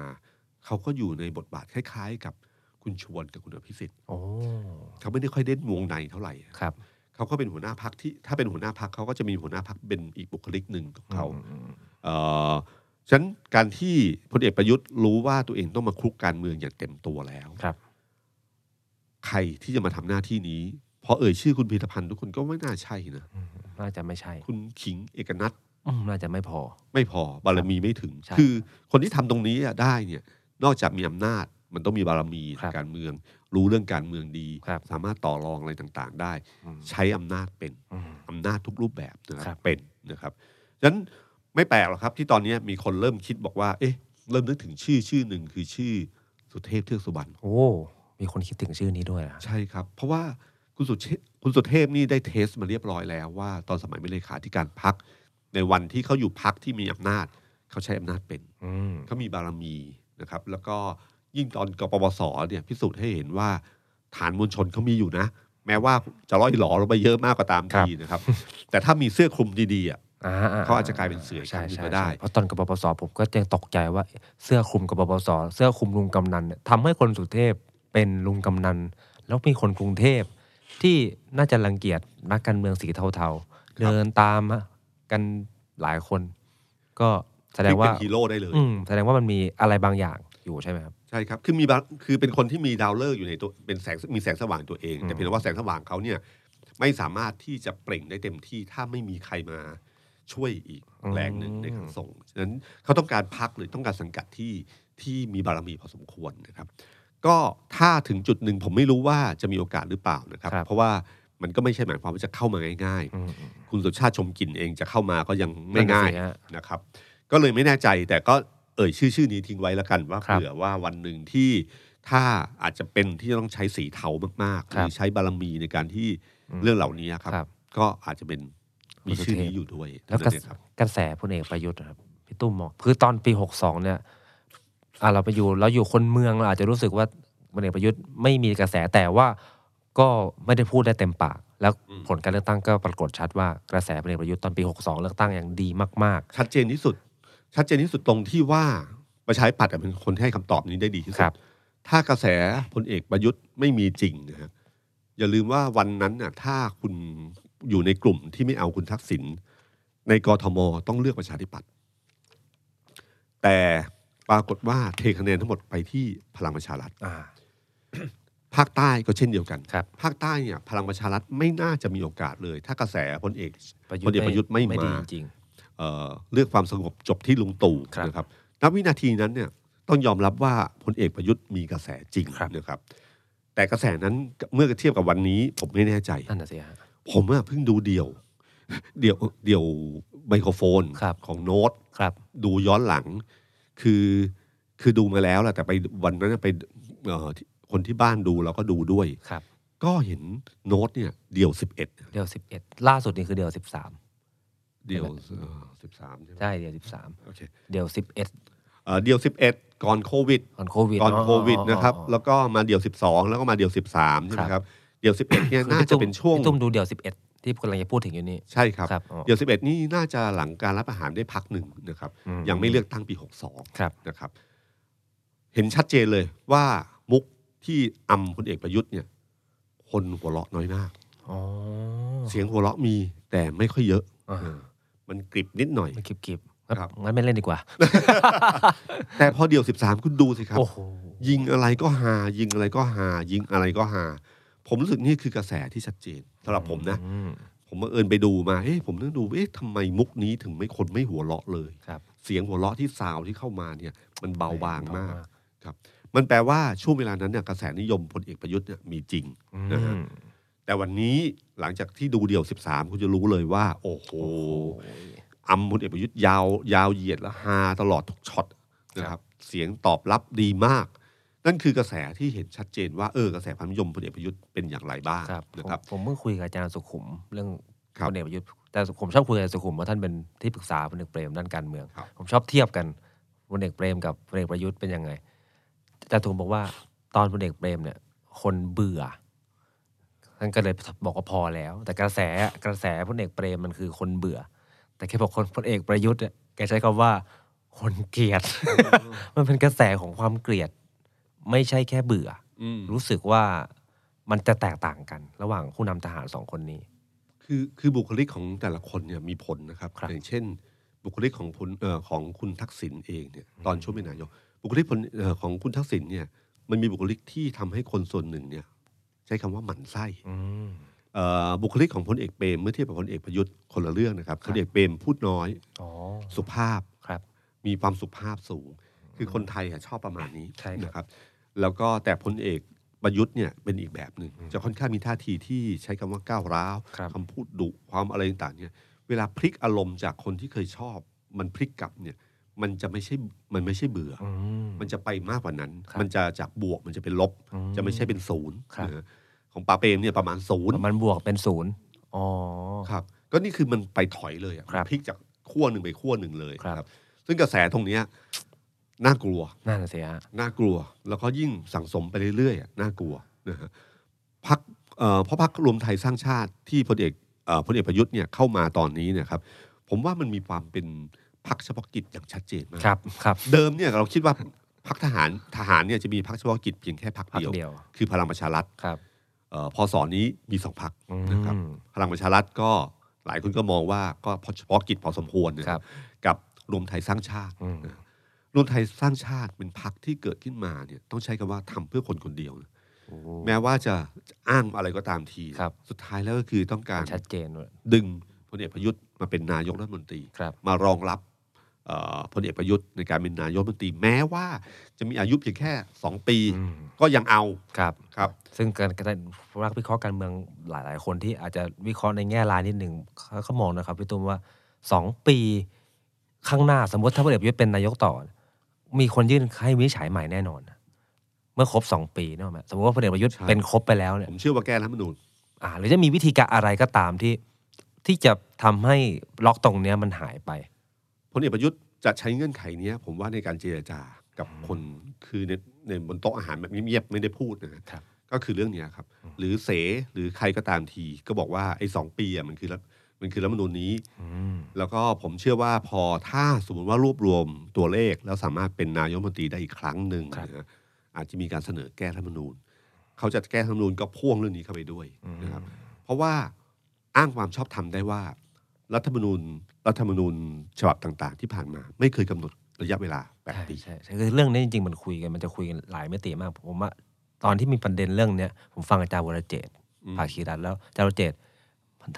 Speaker 2: เขาก็อยู่ในบทบาทคล้ายๆ กับคุณชวนกับคุณอภิสิทธิ์
Speaker 3: โอ้
Speaker 2: เขาไม่ได้ค่อยเด่นวงในเท่าไหร่
Speaker 3: ครับ
Speaker 2: เขาก็เป็นหัวหน้าพักที่ถ้าเป็นหัวหน้าพักเขาก็จะมีหัวหน้าพักเป็นอีกบุคลิกหนึ่งของเขา เอ่อฉะนั้นการที่พลเอกประยุทธ์รู้ว่าตัวเองต้องมาคลุกการเมืองอย่างเต็มตัวแล้ว
Speaker 3: ครับ
Speaker 2: ใครที่จะมาทำหน้าที่นี้ พอเอ่ยชื่อคุณพีรพันธ์ทุกคนก็ไม่น่าใช่นะ
Speaker 3: อืมน่าจะไม่ใช่
Speaker 2: คุณขิงเอกนัท
Speaker 3: อืมน่าจะไม่พอ
Speaker 2: ไม่พอบารมีไม่ถึง
Speaker 3: ใช่
Speaker 2: คือคนที่ทำตรงนี้อะได้เนี่ย นอกจากมีอำนาจมันต้องมีบารมี
Speaker 3: ครับ
Speaker 2: การเมือง รู้เรื่องการเมืองดี
Speaker 3: ครับ
Speaker 2: สามารถต่อรองอะไรต่างๆ ได้
Speaker 3: อืม
Speaker 2: ใช้อำนาจเป็น
Speaker 3: อืม
Speaker 2: อำนาจทุกรูปแบบนะค
Speaker 3: ครั
Speaker 2: รับบ เป็นนะครับฉะนั้นไม่แปลกหรอกครับที่ตอนนี้มีคนเริ่มคิดบอกว่า เอ๊ะ เริ่มนึกถึงชื่อชื่อหนึ่งคือชื่อสุเทพเทือกสุบรรณ
Speaker 3: โอ้ มีคนคิดถึงชื่อนี้ด้วยนะ
Speaker 2: ใช่ครับ เพราะว่าคุณสุเทพคุณสุเทพนี่ได้เทสมาเรียบร้อยแล้วว่า ตอนสมัยเป็นเลขาธิการพัก ในวันที่เขาอยู่พักที่มีอำนาจ เขาใช้อำนาจเป็น
Speaker 3: อืม
Speaker 2: เขามีบารมีนะครับ แล้วก็ยิ่งตอนกปปสเนี่ยพิสูจน์ให้เห็นว่า ฐานมวลชนเขามีอยู่นะ แม้ว่าจะร้อยหลอลงไปเยอะมากก็ตาม
Speaker 3: ครับ
Speaker 2: ทีนะครับ แต่ถ้ามีเสื้อคลุมดีๆอ่ะ
Speaker 3: อ่
Speaker 2: เขาอาจจะกลายเป็นเสืออีก
Speaker 3: ใช่
Speaker 2: ครั้งหนึ่ง
Speaker 3: ใช่
Speaker 2: ก็ได้
Speaker 3: ใช่เพราะตอนกบปสผมก็ยังตกใจว่าเสื้อคลุมกบปสเสื้อคลุมลุงกำนันเนี่ยทำให้คนสุเทพเป็นลุงกำนัน แล้วมีคนกรุงเทพ ที่น่าจะรังเกียจนักการเมืองสีเทาๆ เดินตามกันหลายคน ก็แสดงว่า
Speaker 2: เป็นฮีโร่ได้เลย
Speaker 3: อืมแสดงว่ามันมีอะไรบางอย่างอยู่ใช่ไหมครับ
Speaker 2: ใช่ครับ คือมีบางคือเป็นคนที่มีดาวฤกษ์อยู่ในตัว เป็นแสง มีแสงสว่างตัวเอง
Speaker 3: อืม
Speaker 2: แต่เพียงแต่ว่าแสงสว่างเขาเนี่ย ไม่สามารถที่จะเปล่งได้เต็มที่ ถ้าไม่มีใครมาช่วยอีกแรงหนึ่งในทางส่ง ฉะนั้นเขาต้องการพักหรือต้องการสังกัดที่ที่มีบารมีพอสมควรนะครับ ก็ถ้าถึงจุดหนึ่งผมไม่รู้ว่าจะมีโอกาสหรือเปล่านะครับ
Speaker 3: ครับ
Speaker 2: เพราะว่ามันก็ไม่ใช่หมายความว่าจะเข้ามาง่าย
Speaker 3: อืม
Speaker 2: ๆ คุณสุชาติชมกลิ่นเองจะเข้ามาก็ยังไม่ง่าย
Speaker 3: นั่นน่ะสิฮะ
Speaker 2: นะครับก็เลยไม่แน่ใจแต่ก็เอ่ยชื่อชื่อนี้ทิ้งไว้แล้วกันว่า
Speaker 3: ครับ
Speaker 2: เผื่อว่าวันหนึ่งที่ถ้าอาจจะเป็นที่จะต้องใช้สีเทามากๆห
Speaker 3: ครับ
Speaker 2: รือใช้บารมีในการที่
Speaker 3: อืม
Speaker 2: เรื่องเหล่านี้ครับ
Speaker 3: ครับ
Speaker 2: ก็อาจจะเป็นมีชื่อนี้อยู่ด้วย
Speaker 3: แล้วก็
Speaker 2: นั่นเองครับ
Speaker 3: กระแสพลเอกประยุทธ์นะครับพี่ตุ้มมองคือตอนปีหกสองเนี่ยอ่ะเราไปอยู่เราอยู่คนเมืองเราอาจจะรู้สึกว่าพลเอกประยุทธ์ไม่มีกระแสแต่ว่าก็ไม่ได้พูดได้เต็มปาก แล้ว
Speaker 2: อืม
Speaker 3: ผลการเลือกตั้งก็ปรากฏชัดว่ากระแสพลเอกประยุทธ์ตอนปี 62 เลือกตั้งอย่างดีมาก
Speaker 2: ชัดเจนที่สุด ชัดเจนที่สุดตรงที่ว่าประชาธิปัตย์เป็นคนที่ให้คำตอบนี้ได้ดีที่สุ
Speaker 3: ค
Speaker 2: ด
Speaker 3: รับ
Speaker 2: ถ้ากระแสพลเอกประยุทธ์ไม่มีจริงนะฮะอย่าลืมว่าวันนั้นน่ะถ้าคุณอยู่ในกลุ่มที่ไม่เอาคุณทักษิณในกรทมต้องเลือกประชาธิปัตย์แต่ปรากฏว่าเทคะแนนทั้งหมดไปที่พลังประชารัฐ
Speaker 3: ๆ อ่า
Speaker 2: ภาคใต้ก็เช่นเดียวกัน
Speaker 3: ครับ
Speaker 2: ภาคใต้เนี่ยพลังประชารัฐไม่น่าจะมีโอกาสเลย ถ้ากระแสพลเอก
Speaker 3: ประยุท
Speaker 2: พล
Speaker 3: ธ์
Speaker 2: เอกประยุทธ์ไม่
Speaker 3: ไม่ดี
Speaker 2: มา
Speaker 3: จริง
Speaker 2: เอ่อเลือกความสงบจบที่ลุงตู่
Speaker 3: ครับ
Speaker 2: นะครับณวินาทีนั้นเนี่ยต้องยอมรับว่าพลเอกประยุทธ์มีกระแสจริง
Speaker 3: ครับ
Speaker 2: นะครับ แต่กระแสนั้นเมื่อเทียบกับวันนี้ ผมไม่แน่ใจ
Speaker 3: ๆนั่นน่ะสิฮะ
Speaker 2: ผมอะเพิ่งดูเดี่ยว เดี่ยวเดี่ยวไมโครโฟน
Speaker 3: ครับ
Speaker 2: ของโน้ต
Speaker 3: ครับ
Speaker 2: ดูย้อนหลัง คือคือดูมาแล้วแหละแต่ไปวันนั้นไปเอ่อที่คนที่บ้านดูเราก็ดูด้วย
Speaker 3: ครับ
Speaker 2: ก็เห็นโน้ตเนี่ย เดี่ยวสิบเอ็ด
Speaker 3: เดียว 11 ล่าสุดนี่คือเดียว 13
Speaker 2: เดี่ยวสิบสามใช่ไหม
Speaker 3: ใช่เดียว
Speaker 2: โอเค
Speaker 3: 13 เดียว
Speaker 2: เอ่อเดี่ยวสิบเอ็ดก่อนโควิด
Speaker 3: 11ก่อนโควิด
Speaker 2: ก่อนโควิด
Speaker 3: อ๋อ
Speaker 2: นะครับ
Speaker 3: อ๋อ
Speaker 2: แล้วก็มาเดี่ยว 12 แล้วก็มาเดี่ยว 13 ใช่ไหมครับ เดี่ยว 11เนี่ย
Speaker 3: คือ
Speaker 2: น่า
Speaker 3: พี่
Speaker 2: จะ
Speaker 3: ตุ้ม
Speaker 2: เป็นช่วง
Speaker 3: พี่ตุ้มดูเดี่ยว 11 ที่กำลังจะพูดถึงอยู่นี่
Speaker 2: ใช่ครับ
Speaker 3: ครับอ๋อ
Speaker 2: เดี่ยว 11 นี่น่าจะหลังการรับอาหารได้พักหนึ่งนะครับ
Speaker 3: อืม
Speaker 2: ยังไม่เลือกตั้งปี
Speaker 3: ครับ
Speaker 2: 62 นะครับ เห็นชัดเจนเลยว่ามุกที่อำพลเอกประยุทธ์เนี่ย คนหัวเราะน้อยมาก
Speaker 3: อ๋อ
Speaker 2: เสียงหัวเราะมีแต่ไม่ค่อยเยอะ
Speaker 3: อ่า
Speaker 2: มันกริบนิดหน่อย
Speaker 3: ไม่กิบกิบ
Speaker 2: ค
Speaker 3: ค
Speaker 2: รั
Speaker 3: รับ บงั้นไม่เล่นดีกว่า
Speaker 2: แต่พอเดี่ยว 13 คุณดูสิครับ
Speaker 3: โอ้โห
Speaker 2: ยิงอะไรก็หา ยิงอะไรก็หา ยิงอะไรก็หา ผมรู้สึกนี่คือกระแสที่ชัดเจนสำหรับผมนะ
Speaker 3: อืม
Speaker 2: ผมบังเอิญไปดูมา เฮ้ยผมนั่งดู เอ๊ะทำไมมุกนี้ถึงไม่คนไม่หัวเราะเลย
Speaker 3: ครับ
Speaker 2: เสียงหัวเราะที่ซาวที่เข้ามาเนี่ย มันเบาบางมาก มันแปลว่าช่วงเวลานั้นเนี่ยกระแสนิยมพลเอกประยุทธ์เนี่ยมีจริง
Speaker 3: อื
Speaker 2: นะฮะ
Speaker 3: ม
Speaker 2: แต่วันนี้หลังจากที่ดูเดี่ยว 13 คุณจะรู้เลยว่า โอ้โห
Speaker 3: โอ้โห
Speaker 2: อำพลเอกประยุทธ์ยาวยาวเหยียดและฮาตลอดทุกช็อตนะครับ เสียงตอบรับดีมาก นั่นคือกระแสที่เห็นชัดเจนว่าเออกระแสความนิยมพลเอกประยุทธ์เป็นอย่างไรบ้าง
Speaker 3: ครับผม
Speaker 2: นะครับ
Speaker 3: ผมเพิ่งคุยกับอาจารย์สุขุม เรื่อง
Speaker 2: ครั
Speaker 3: พ
Speaker 2: บ
Speaker 3: ลเอกประยุทธ์แต่ผมชอบคุยกับอาจารย์สุขุมว่าท่านเป็นที่ปรึกษาพลเอกเปรมด้านการเมือง
Speaker 2: ครับ
Speaker 3: ผมชอบเทียบกันพลเอกเปรมกับพลเอกประยุทธ์เป็นยังไงอาจารย์สุขุมบอกว่าตอนพลเอกเปรมเนี่ย คนเบื่อท่านก็เลยบอกว่าพอแล้ว แต่กระแสกระแสพลเอกเปรมมันคือคนเบื่อ แต่แค่บอกคนพลเอกประยุทธ์เนี่ยแกใช้คำว่า คนเกลียด มันเป็นกระแสของความเกลียด ไม่ใช่แค่เบื่อ
Speaker 2: อืม
Speaker 3: รู้สึกว่ามันจะแตกต่างกัน ระหว่างผู้นำทหารสองคนนี้
Speaker 2: คือคือบุคลิกของแต่ละคนเนี่ยมีผลนะครับ
Speaker 3: ครับ
Speaker 2: อย่างเช่น บุคลิกของพลเอ่อของคุณทักษิณเองเนี่ยตอนช่วงเป็นนายกบุคลิกพลเอ่อของคุณทักษิณเนี่ยมันมีบุคลิกที่ทำให้คนส่วนหนึ่งเนี่ยใช้คำว่าหมั่นไส้เอ่อบุคลิกของพลเอกเปรมเมื่อเทียบกับพลเอกประยุทธ์คนละเรื่องนะครับ
Speaker 3: ค
Speaker 2: พ
Speaker 3: รับ
Speaker 2: ลเอกเปรมพูดน้อย
Speaker 3: อ๋อ
Speaker 2: สุภาพ
Speaker 3: ครับ
Speaker 2: มีความสุภาพสูง คือคนไทยอะชอบประมาณนี้
Speaker 3: ใช่ครับ
Speaker 2: นะครับ แล้วก็แต่พลเอกประยุทธ์เนี่ยเป็นอีกแบบหนึ่งจะค่อนข้างมีท่าทีที่ใช้คำว่าก้าวร้าว
Speaker 3: ครับ
Speaker 2: คำพูดดุความอะไรต่างๆเนี่ยเวลาพลิกอารมณ์จากคนที่เคยชอบ มันพลิกกลับเนี่ยมันจะไม่ใช่มันไม่ใช่เบื่ออ
Speaker 3: อืม
Speaker 2: มันจะไปมากกว่านั้น
Speaker 3: ครับ
Speaker 2: มันจะจากบวกมันจะเป็นลบ
Speaker 3: อืม
Speaker 2: จะไม่ใช่เป็นศูนย์
Speaker 3: ครับ
Speaker 2: นะฮะของปาเปรมเนี่ยประมาณศูนย์
Speaker 3: มันบวกเป็นศูนย์อ๋อ
Speaker 2: ครับก็นี่คือมันไปถอยเลยอะ
Speaker 3: ครับ
Speaker 2: พลิกจากขั้วหนึ่งไปขั้วหนึ่งเลย
Speaker 3: ครับ
Speaker 2: นะครับซึ่งกระแสตรงเนี้ยน่ากลัว
Speaker 3: นั่นน่ะสิฮะ
Speaker 2: น่ากลัว แล้วก็ยิ่งสั่งสมไปเรื่อยๆอ่ะน่ากลัวนะฮะพักเพราะพักรวมไทยสร้างชาติที่พลเอกเอ่อพลเอกประยุทธ์เนี่ยเข้ามาตอนนี้เนะครับ ผมว่ามันมีความเป็นพักเฉพาะกิจอย่างชัดเจนมาก
Speaker 3: ครับครับ
Speaker 2: เดิมเนี่ยเราคิดว่าพักทหารทหารเนี่ยจะมีพักเฉพาะกิจเพียงแค่พัก
Speaker 3: พัก
Speaker 2: เดียว
Speaker 3: เดียว
Speaker 2: คือพลังประชารัฐ
Speaker 3: ครับ
Speaker 2: เอ่อพอสอนนี้มีสองพัก
Speaker 3: อืม
Speaker 2: นะครับพลังประชารัฐก็หลายคนก็มองว่าก็เฉพาะกิจพอสมควรนะ
Speaker 3: ค
Speaker 2: ค
Speaker 3: รั
Speaker 2: รั
Speaker 3: บบ
Speaker 2: กับ รวมไทยสร้างชาติ
Speaker 3: อืม
Speaker 2: รวมไทยสร้างชาติเป็นพรรคที่เกิดขึ้นมาเนี่ยต้องใช้คำว่าทำเพื่อคนคนเดียวนะ
Speaker 3: โอ้
Speaker 2: แม้ว่าจะอ้างอะไรก็ตามที
Speaker 3: ครับ
Speaker 2: สุดท้ายแล้วก็คือต้องการ
Speaker 3: ชัดเจนเลย
Speaker 2: ดึงพลเอกประยุทธ์มาเป็นนายกรัฐมนตรี
Speaker 3: ครับ
Speaker 2: มารองรับเอ่อพลเอกประยุทธ์ในการเป็นนายกรัฐมนตรีแม้ว่าจะมีอายุเพียงแค่ 2 ปี
Speaker 3: อืม
Speaker 2: ก็ยังเอา
Speaker 3: ครับ
Speaker 2: ครับ
Speaker 3: ซึ่งการการนักวิเคราะห์การเมืองหลาย ๆ คนที่อาจจะวิเคราะห์ในแง่ร้ายนิดหนึ่งเขาเขามองนะครับพี่ตุ้มว่าสองปีข้างหน้าสมมติถ้าพลเอกประยุทธ์เป็นนายกต่อ มีคนยื่นให้วินิจฉัยใหม่แน่นอนนะเมื่อครบสองปีเนกอะไหมสมมติว่าพลเอกประยุทธ์
Speaker 2: ใช่
Speaker 3: เป็นครบไปแล้วเนี่ย
Speaker 2: ผมเชื่อว่าแก้รัฐธรรมนูญ
Speaker 3: อ่าหรือจะมีวิธีการอะไรก็ตามที่ที่จะทำให้ล็อกตรงเนี้ยมันหายไป
Speaker 2: พลเอกประยุทธ์จะใช้เงื่อนไขเนี้ย ผมว่าในการเจรจากับคนคือในในบนโต๊ะอาหารแบบเงียบๆไม่ได้พูดนะฮะ
Speaker 3: ครับ
Speaker 2: ก็คือเรื่องเนี้ยครับ หรือเสหรือใครก็ตามที ก็บอกว่าไอ้สองปีอ่ะมันคือรัฐมันคือรัฐธรรมนูญนี้ แล้วก็ผมเชื่อว่าพอถ้าสมมติว่ารวบรวมตัวเลข แล้วสามารถเป็นนายกรัฐมนตรีได้อีกครั้งหนึ่ง
Speaker 3: ครับ
Speaker 2: นะฮะอาจจะมีการเสนอแก้รัฐธรรมนูญ เขาจะแก้รัฐธรรมนูญก็พ่วงเรื่องนี้เข้าไปด้วยนะครับ เพราะว่าอ้างความชอบธรรมได้ว่า รัฐธรรมนูญรัฐธรรมนูญฉบับต่างๆ ที่ผ่านมา ไม่เคยกำหนดระยะเวลาแปด
Speaker 3: ใช่
Speaker 2: ปี
Speaker 3: ใช่ใช่คือเรื่องนี้จริงๆมันคุยกันมันจะคุยกันหลายมิติมาก ผมว่าตอนที่มีประเด็นเรื่องเนี้ยผมฟังอาจารย์วรเจตน์ภาคีรัตน์แล้วอาจารย์วรเจตน์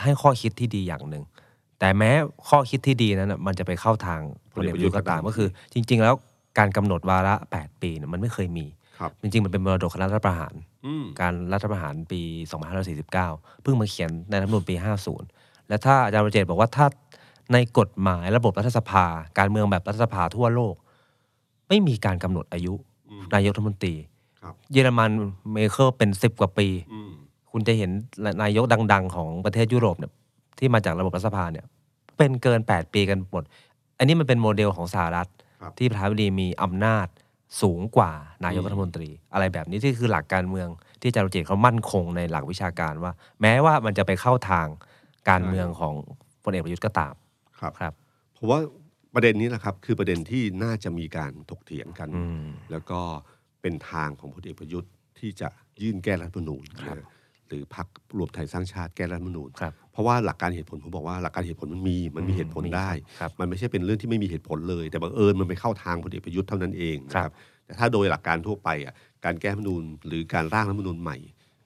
Speaker 3: ให้ข้อคิดที่ดีอย่างหนึ่งแต่แม้ข้อคิดที่ดีนั้นน่ะมันจะไปเข้าทางพลเอกประยุทธ์ก็ตามก็คือ จริง ๆ แล้วการกำหนดวาระแปดปีเนี่ยมันไม่เคยมี
Speaker 2: ครับ
Speaker 3: จริงๆมันเป็นมรดกคณะรัฐประหาร
Speaker 2: อืม
Speaker 3: การรัฐประหารปี 2549 เพิ่งมาเขียนในรัฐธรรมนูญปี 50 และถ้าอาจารย์ประเจตน์บอกว่าถ้าในกฎหมายระบบรัฐสภา การเมืองแบบรัฐสภาทั่วโลก ไม่มีการกำหนดอายุ
Speaker 2: อืม
Speaker 3: นายกรัฐมนตรี
Speaker 2: ครับ
Speaker 3: เยอรมันเมเคิลเป็น 10 กว่าปี
Speaker 2: อืม
Speaker 3: คุณจะเห็นนายกดัง ๆ ของประเทศยุโรปเนี่ยที่มาจากระบบรัฐสภาเนี่ยเป็นเกิน 8 ปีกันหมด อันนี้มันเป็นโมเดลของสหรัฐ
Speaker 2: ครับ
Speaker 3: ที่ประธานาธิบดีมีอำนาจสูงกว่านายกรัฐมนตรี อะไรแบบนี้ที่คือหลักการเมืองที่อาจารย์โรเจตเขามั่นคงในหลักวิชาการว่า แม้ว่ามันจะไปเข้าทางการเมืองของพลเอกประยุทธ์ก็ตาม
Speaker 2: ครับ
Speaker 3: ครับ
Speaker 2: ผมว่าประเด็นนี้แหละครับ คือประเด็นที่น่าจะมีการถกเถียงกัน
Speaker 3: อืม
Speaker 2: แล้วก็เป็นทางของพลเอกประยุทธ์ที่จะยื่นแก้รัฐธรรมนูญนะฮะหรือพรรครวมไทยสร้างชาติแก้รัฐธรรมนูญ
Speaker 3: ครับ
Speaker 2: เพราะว่าหลักการเหตุผลผมบอกว่าหลักการเหตุผลมันมีมันมีเหตุผล
Speaker 3: มี
Speaker 2: ได้
Speaker 3: ครับ
Speaker 2: มันไม่ใช่เป็นเรื่องที่ไม่มีเหตุผลเลย แต่บังเอิญมันไปเข้าทางพลเอกประยุทธ์เท่านั้นเองนะค
Speaker 3: ครั
Speaker 2: รับบ แต่ถ้าโดยหลักการทั่วไปอ่ะการแก้รัฐธรรมนูญหรือการร่างรัฐธรรมนูญใหม่